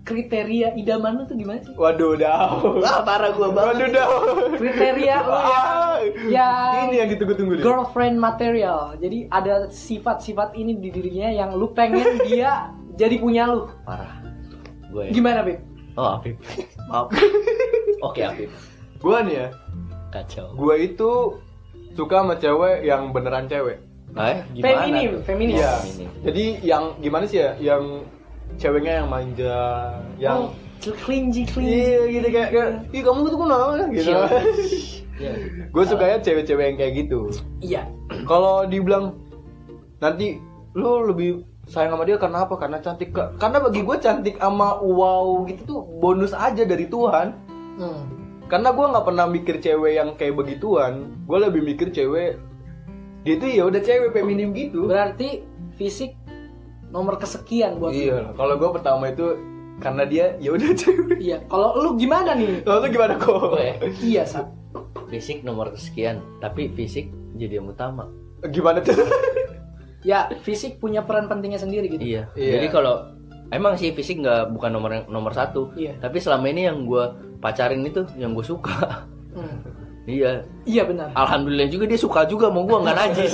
kriteria idaman lu tuh gimana sih? waduh down Wah, parah gue banget waduh down Kriteria lu Ah, yang- ini yang ditunggu-tunggu nih. girlfriend material. Jadi ada sifat-sifat ini di dirinya yang lu pengen dia jadi punya lu. parah gue ya. Gimana, Bib? oh Afif maaf oke Afif Gua nih ya, kacau gua itu suka sama cewek yang beneran cewek. eh, Feminim, tuh? Oh, feminim. Iya. feminim. Jadi yang gimana sih ya? Yang ceweknya yang manja, yang Oh, clingy, clingy. iya gitu kayak, kayak ih kamu tuh kenapa gitu. Chill. Iya. gue sukanya cewek-cewek yang kayak gitu. Iya. Kalau dibilang nanti lu lebih sayang sama dia karena apa? Karena cantik Kak. Karena bagi gue cantik sama wow gitu tuh bonus aja dari Tuhan. Hmm. Karena gue nggak pernah mikir cewek yang kayak begituan. Gue lebih mikir cewek dia tuh ya udah cewek feminim gitu. Berarti fisik nomor kesekian buat lu. Iya, lah. kalau gue pertama itu karena dia ya udah cewek. Iya. Kalau lu gimana nih? Lalu gimana Gue kok? ya, iya, Sa. fisik nomor kesekian tapi fisik jadi yang utama Gimana tuh? Ya, fisik punya peran pentingnya sendiri gitu. iya Iya. jadi kalau emang sih fisik nggak bukan nomor nomor satu Iya. tapi selama ini yang gue pacarin itu yang gue suka Hmm. iya Iya benar. alhamdulillah juga dia suka juga mau gue nggak najis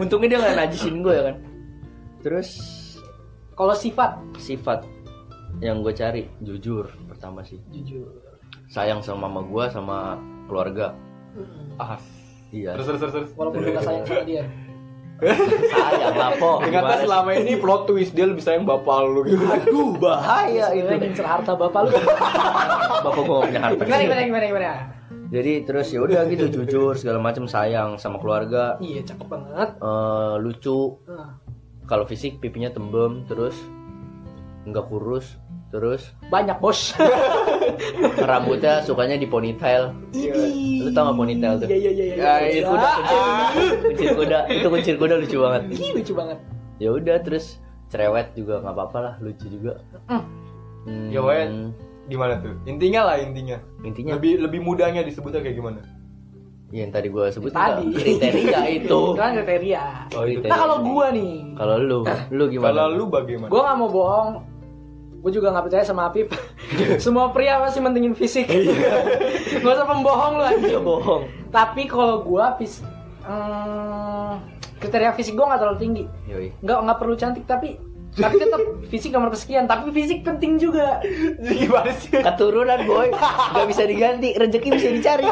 untungnya dia nggak najisin gue ya kan terus Kalau sifat sifat yang gue cari jujur pertama sih jujur. sayang sama mama gue sama keluarga Mm-mm. Ah, iya terus terus terus. terus. Walaupun lu gak sayang sama dia. sayang lapo Ternyata selama ini plot twist dia lebih sayang bapak lu gitu. aduh bahaya itu Sebenarnya ngincer harta bapak lu. bapak gue nggak punya harta gimana gimana gimana gimana? jadi terus ya udah gitu jujur segala macam sayang sama keluarga Iya, cakep banget. Eh, lucu Nah, kalau fisik pipinya tembem terus nggak kurus terus Banyak, Bos. rambutnya sukanya di ponytail Lu tau nggak ponytail tuh? Iya iya iya. Ya, iya, iya. itu udah Ah, kuncir kuda itu kuncir kuda lucu banget Ih, lucu banget. ya udah terus cerewet juga nggak apa-apa lah lucu juga Hmm, Mm. Ya, Wen. Gimana tuh? Intinya lah intinya. intinya Lebih lebih mudahnya disebutnya kayak gimana? yang tadi gue sebut Tadi. juga, kriteria itu Itu kan kriteria. Oh, itu. Nah, kalau gua nih, kalau lu lu gimana Kalau lu bagaimana? gua nggak mau bohong. Gua juga nggak percaya sama Apip. Semua pria pasti mentingin fisik. Gak usah pembohong lu anjing. dia bohong Tapi kalau gua fis hmm, kriteria fisik gua nggak terlalu tinggi. Yoi. Nggak nggak perlu cantik tapi tapi tetap fisik nomor kesekian. Tapi fisik penting juga. gimana sih? Kan- keturunan boy nggak bisa diganti rezeki bisa dicari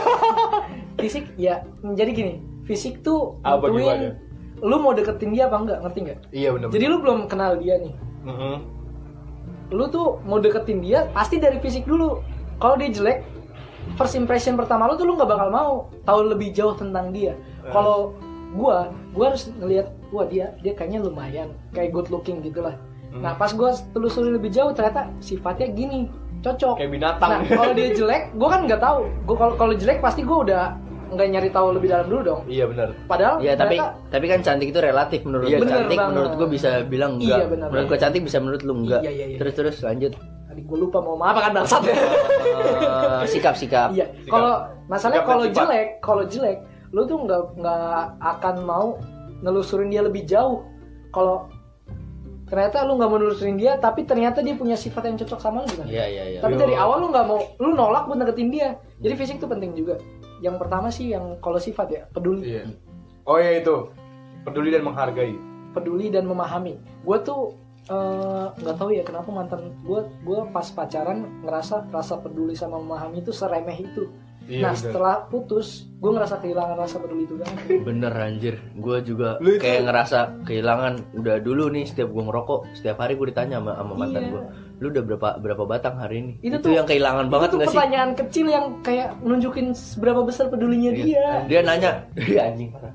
Fisik ya jadi gini. Fisik tuh Apa nentuin gimana? lu mau deketin dia apa enggak ngerti nggak? Iya benar. Jadi lu belum kenal dia nih. Mhm. Lu tuh mau deketin dia pasti dari fisik dulu. Kalau dia jelek, first impression pertama lu tuh lu nggak bakal mau tahu lebih jauh tentang dia. Eh. Kalau gua, gua harus ngelihat wah dia dia kayaknya lumayan, kayak good looking gitu lah. Hmm. Nah, pas gua telusuri lebih jauh ternyata sifatnya gini, cocok. Kayak binatang. Nah, kalau dia jelek, gua kan nggak tahu. Gua kalau kalau jelek pasti gua udah nggak nyari tahu lebih dalam dulu dong. Iya benar. Padahal ya tapi Oh, ternyata- tapi kan cantik itu relatif menurut Iya, gue bener cantik banget. menurut gue bisa bilang Iya, enggak bener menurut gue banget. cantik bisa menurut lu enggak Iya, iya, iya. terus terus lanjut tadi gua lupa mau ngomong apa kan bangsat. Eh, sikap sikap Iya. Sikap. Kalau masalahnya Sikap dan kalau sifat. jelek, kalau jelek, lu tuh nggak nggak akan mau nelusurin dia lebih jauh. Kalau ternyata lu nggak mau nelusurin dia, tapi ternyata dia punya sifat yang cocok sama lu gimana? iya iya iya Tapi Yo. dari awal lu nggak mau, lu nolak buat deketin dia. Jadi fisik tuh penting juga. Yang pertama sih yang kalau sifat ya peduli, Iya. Oh ya itu. Peduli dan menghargai. peduli dan memahami. Gue tuh eh, nggak tahu ya kenapa mantan gue gue pas pacaran ngerasa rasa peduli sama memahami itu seremeh itu Iya, nah bener. setelah putus gue ngerasa kehilangan rasa peduli itu banget Bener anjir, gue juga Lu itu- kayak ngerasa kehilangan udah dulu nih setiap gue ngerokok, setiap hari gue ditanya sama, sama mantan Iya. gue, lu udah berapa berapa batang hari ini? Itu Itu, tuh- yang kehilangan banget itu gak sih? pertanyaan kecil yang kayak nunjukin seberapa besar pedulinya dia Iya. Dia nanya, dia anjing parah.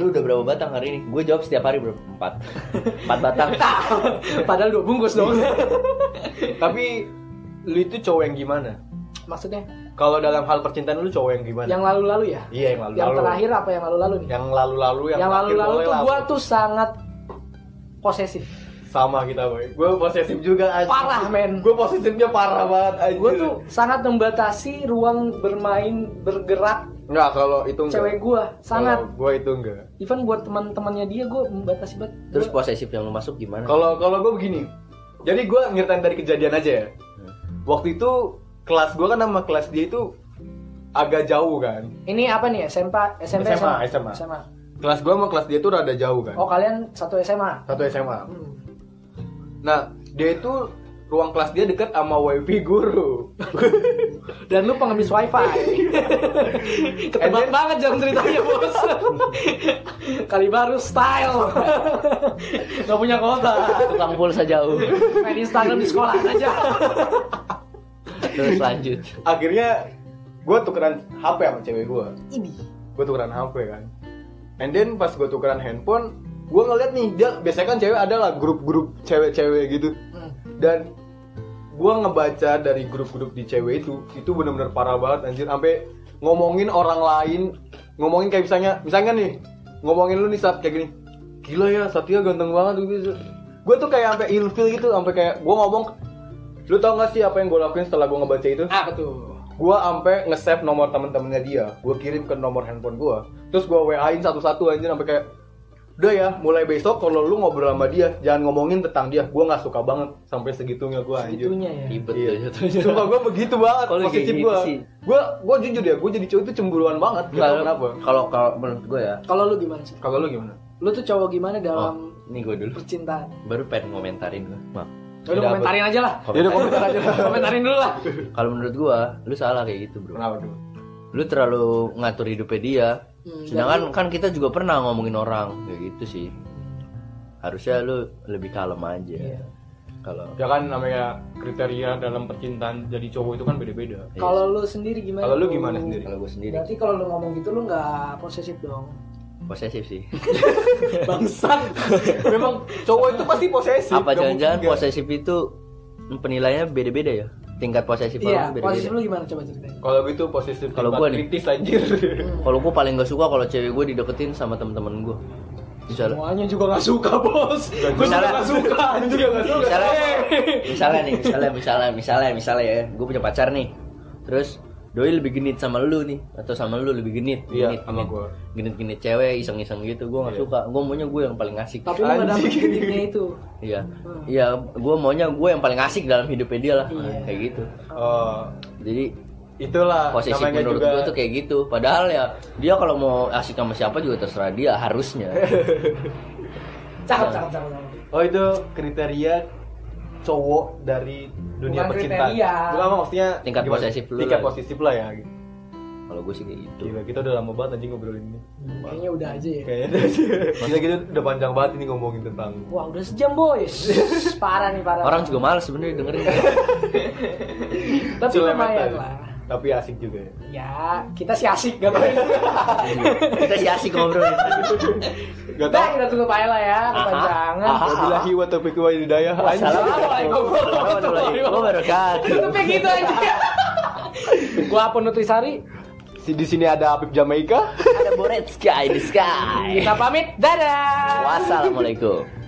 Lu udah berapa batang hari ini? Gue jawab setiap hari berapa? Empat. Empat batang. padahal dua bungkus dong Iya. Tapi lu itu cowok yang gimana? maksudnya Kalau dalam hal percintaan lu cowok yang gimana? yang lalu-lalu ya iya yang lalu-lalu. yang terakhir apa yang lalu-lalu nih Yang lalu-lalu yang, yang, terakhir lalu-lalu boleh tuh lah. gue tuh sangat posesif sama kita boy. Gue posesif juga aja. Parah, men. Gue posesifnya parah banget aja. gue tuh sangat membatasi ruang bermain bergerak enggak kalau itu enggak. cewek gue Oh. sangat Gue itu enggak. even buat teman-temannya dia gue membatasi banget Terus Gua- posesif yang lu masuk gimana? Kalau kalau gue begini. Jadi gue ngeritain dari kejadian aja ya. Waktu itu kelas gue kan sama kelas dia itu agak jauh kan. ini apa nih ya? SMP SMP SMA, SMA. Kelas gue sama kelas dia itu rada jauh kan. oh kalian satu SMA Satu SMA. Hmm. Nah, dia itu ruang kelas dia dekat sama wifi guru. dan lu pengemis wifi ketebak And then- banget jangan ceritanya bos kali baru style nggak punya kuota tukang pulsa jauh. main Instagram di sekolah aja Terus lanjut. Akhirnya gue tukeran HP sama cewek gue. ini Gue tukeran HP kan. And then pas gue tukeran handphone, gue ngeliat nih dia biasanya kan cewek adalah grup-grup cewek-cewek gitu. Hmm. Dan gue ngebaca dari grup-grup di cewek itu, itu bener-bener parah banget anjir. Sampai ngomongin orang lain, ngomongin kayak misalnya, misalnya nih, ngomongin lu nih saat kayak gini. Gila ya, Satya ganteng banget gitu. Gue tuh kayak sampai ilfil gitu, sampai kayak gue ngomong, lu tau gak sih apa yang gue lakuin setelah gue ngebaca itu? apa tuh gua ampe nge-save nomor temen-temennya dia gua kirim ke nomor handphone gua terus gua WA-in satu-satu anjir sampai kayak udah ya mulai besok kalau lu ngobrol sama dia jangan ngomongin tentang dia gua nggak suka banget sampai segitunya gua anjir segitunya ya Ribet Iya. tuh jatuhnya. Sumpah gua begitu banget Kalau kayak posisi gitu gua. sih. Gua gua jujur ya, gua jadi cowok itu cemburuan banget. Gak tau kenapa? Kalau kalau menurut gue ya. kalau lu gimana sih Kalau lu gimana? lu tuh cowok gimana Oh, dalam ini gue dulu. percintaan Baru pengen ngomentarin gue. Maaf. lu Tidak, komentarin aja lah Ya udah Nah. komentar aja. komentarin dulu lah Kalau menurut gua, lu salah kayak gitu, Bro. Kenapa tuh? Lu terlalu ngatur hidupnya dia. Hmm, Sedangkan kan kita juga pernah ngomongin orang kayak gitu sih. Harusnya lu lebih kalem aja. Iya. Kalau Ya kan namanya kriteria dalam percintaan jadi cowok itu kan beda-beda. Iya kalau lu sendiri gimana Kalau lu tuh? gimana sendiri? kalau gue sendiri berarti kalau lu ngomong gitu lu nggak posesif dong posesif sih. bangsat Memang cowok itu pasti Apa posesif. Gak mungkin jangan-jangan gak. posesif itu penilaiannya beda-beda ya? Tingkat posesif iya orang beda-beda. posesif lu gimana coba ceritain Kalau gitu posesif Kalau tempat gua nih. kritis anjir. Kalau gue paling gak suka kalau cewek gue dideketin sama temen-temen gue. Misalnya, Semuanya juga gak suka bos Gue juga Misalnya- gak suka Anjir juga gak suka misalnya, Hey. misalnya nih, misalnya, misalnya, misalnya, misalnya ya, gue punya pacar nih, terus doi lebih genit sama lu nih, atau sama lu lebih genit, Iya, genit, sama gua. genit, genit cewek, iseng-iseng gitu, gue nggak Iya. suka, gue maunya gue yang paling asik. Tapi lu gak dapet Anjing. titiknya itu Iya, Hmm. iya, gue maunya gue yang paling asik dalam hidupnya dia lah, Iya. kayak gitu. Oh, Jadi itulah posisi Nah, namanya menurut juga gue tuh kayak gitu. Padahal ya dia kalau mau asik sama siapa juga terserah dia harusnya. Cakep cakep cakep cakep. Oh, itu kriteria cowok dari dunia Bukan percintaan. kriteria. Bukan apa maksudnya Tingkat gimana? posesif lu Tingkat lah. posesif lah ya. kalau gue sih kayak gitu. Gila, kita udah lama banget anjing ngobrolin ini. Kayaknya udah aja ya Kayaknya kita gitu udah panjang banget ini ngomongin tentang Wah udah sejam boys Parah nih parah Orang juga males sebenarnya dengerin. Tapi Culemetan. lumayan lah Tapi asik juga ya. Ya kita sih asik gak tau Kita sih asik ngobrol. Gak Nah tau. kita tutup aja lah ya Kepanjangan Wabillahi wa taufiq wa hidayah. Assalamualaikum warahmatullahi Assalamualaikum wabarakatuh. Tutupnya gitu aja Gue apa Nutrisari Di sini ada Apip Jamaika. Ada Boretska in the sky. Kita pamit Dadah Wassalamualaikum.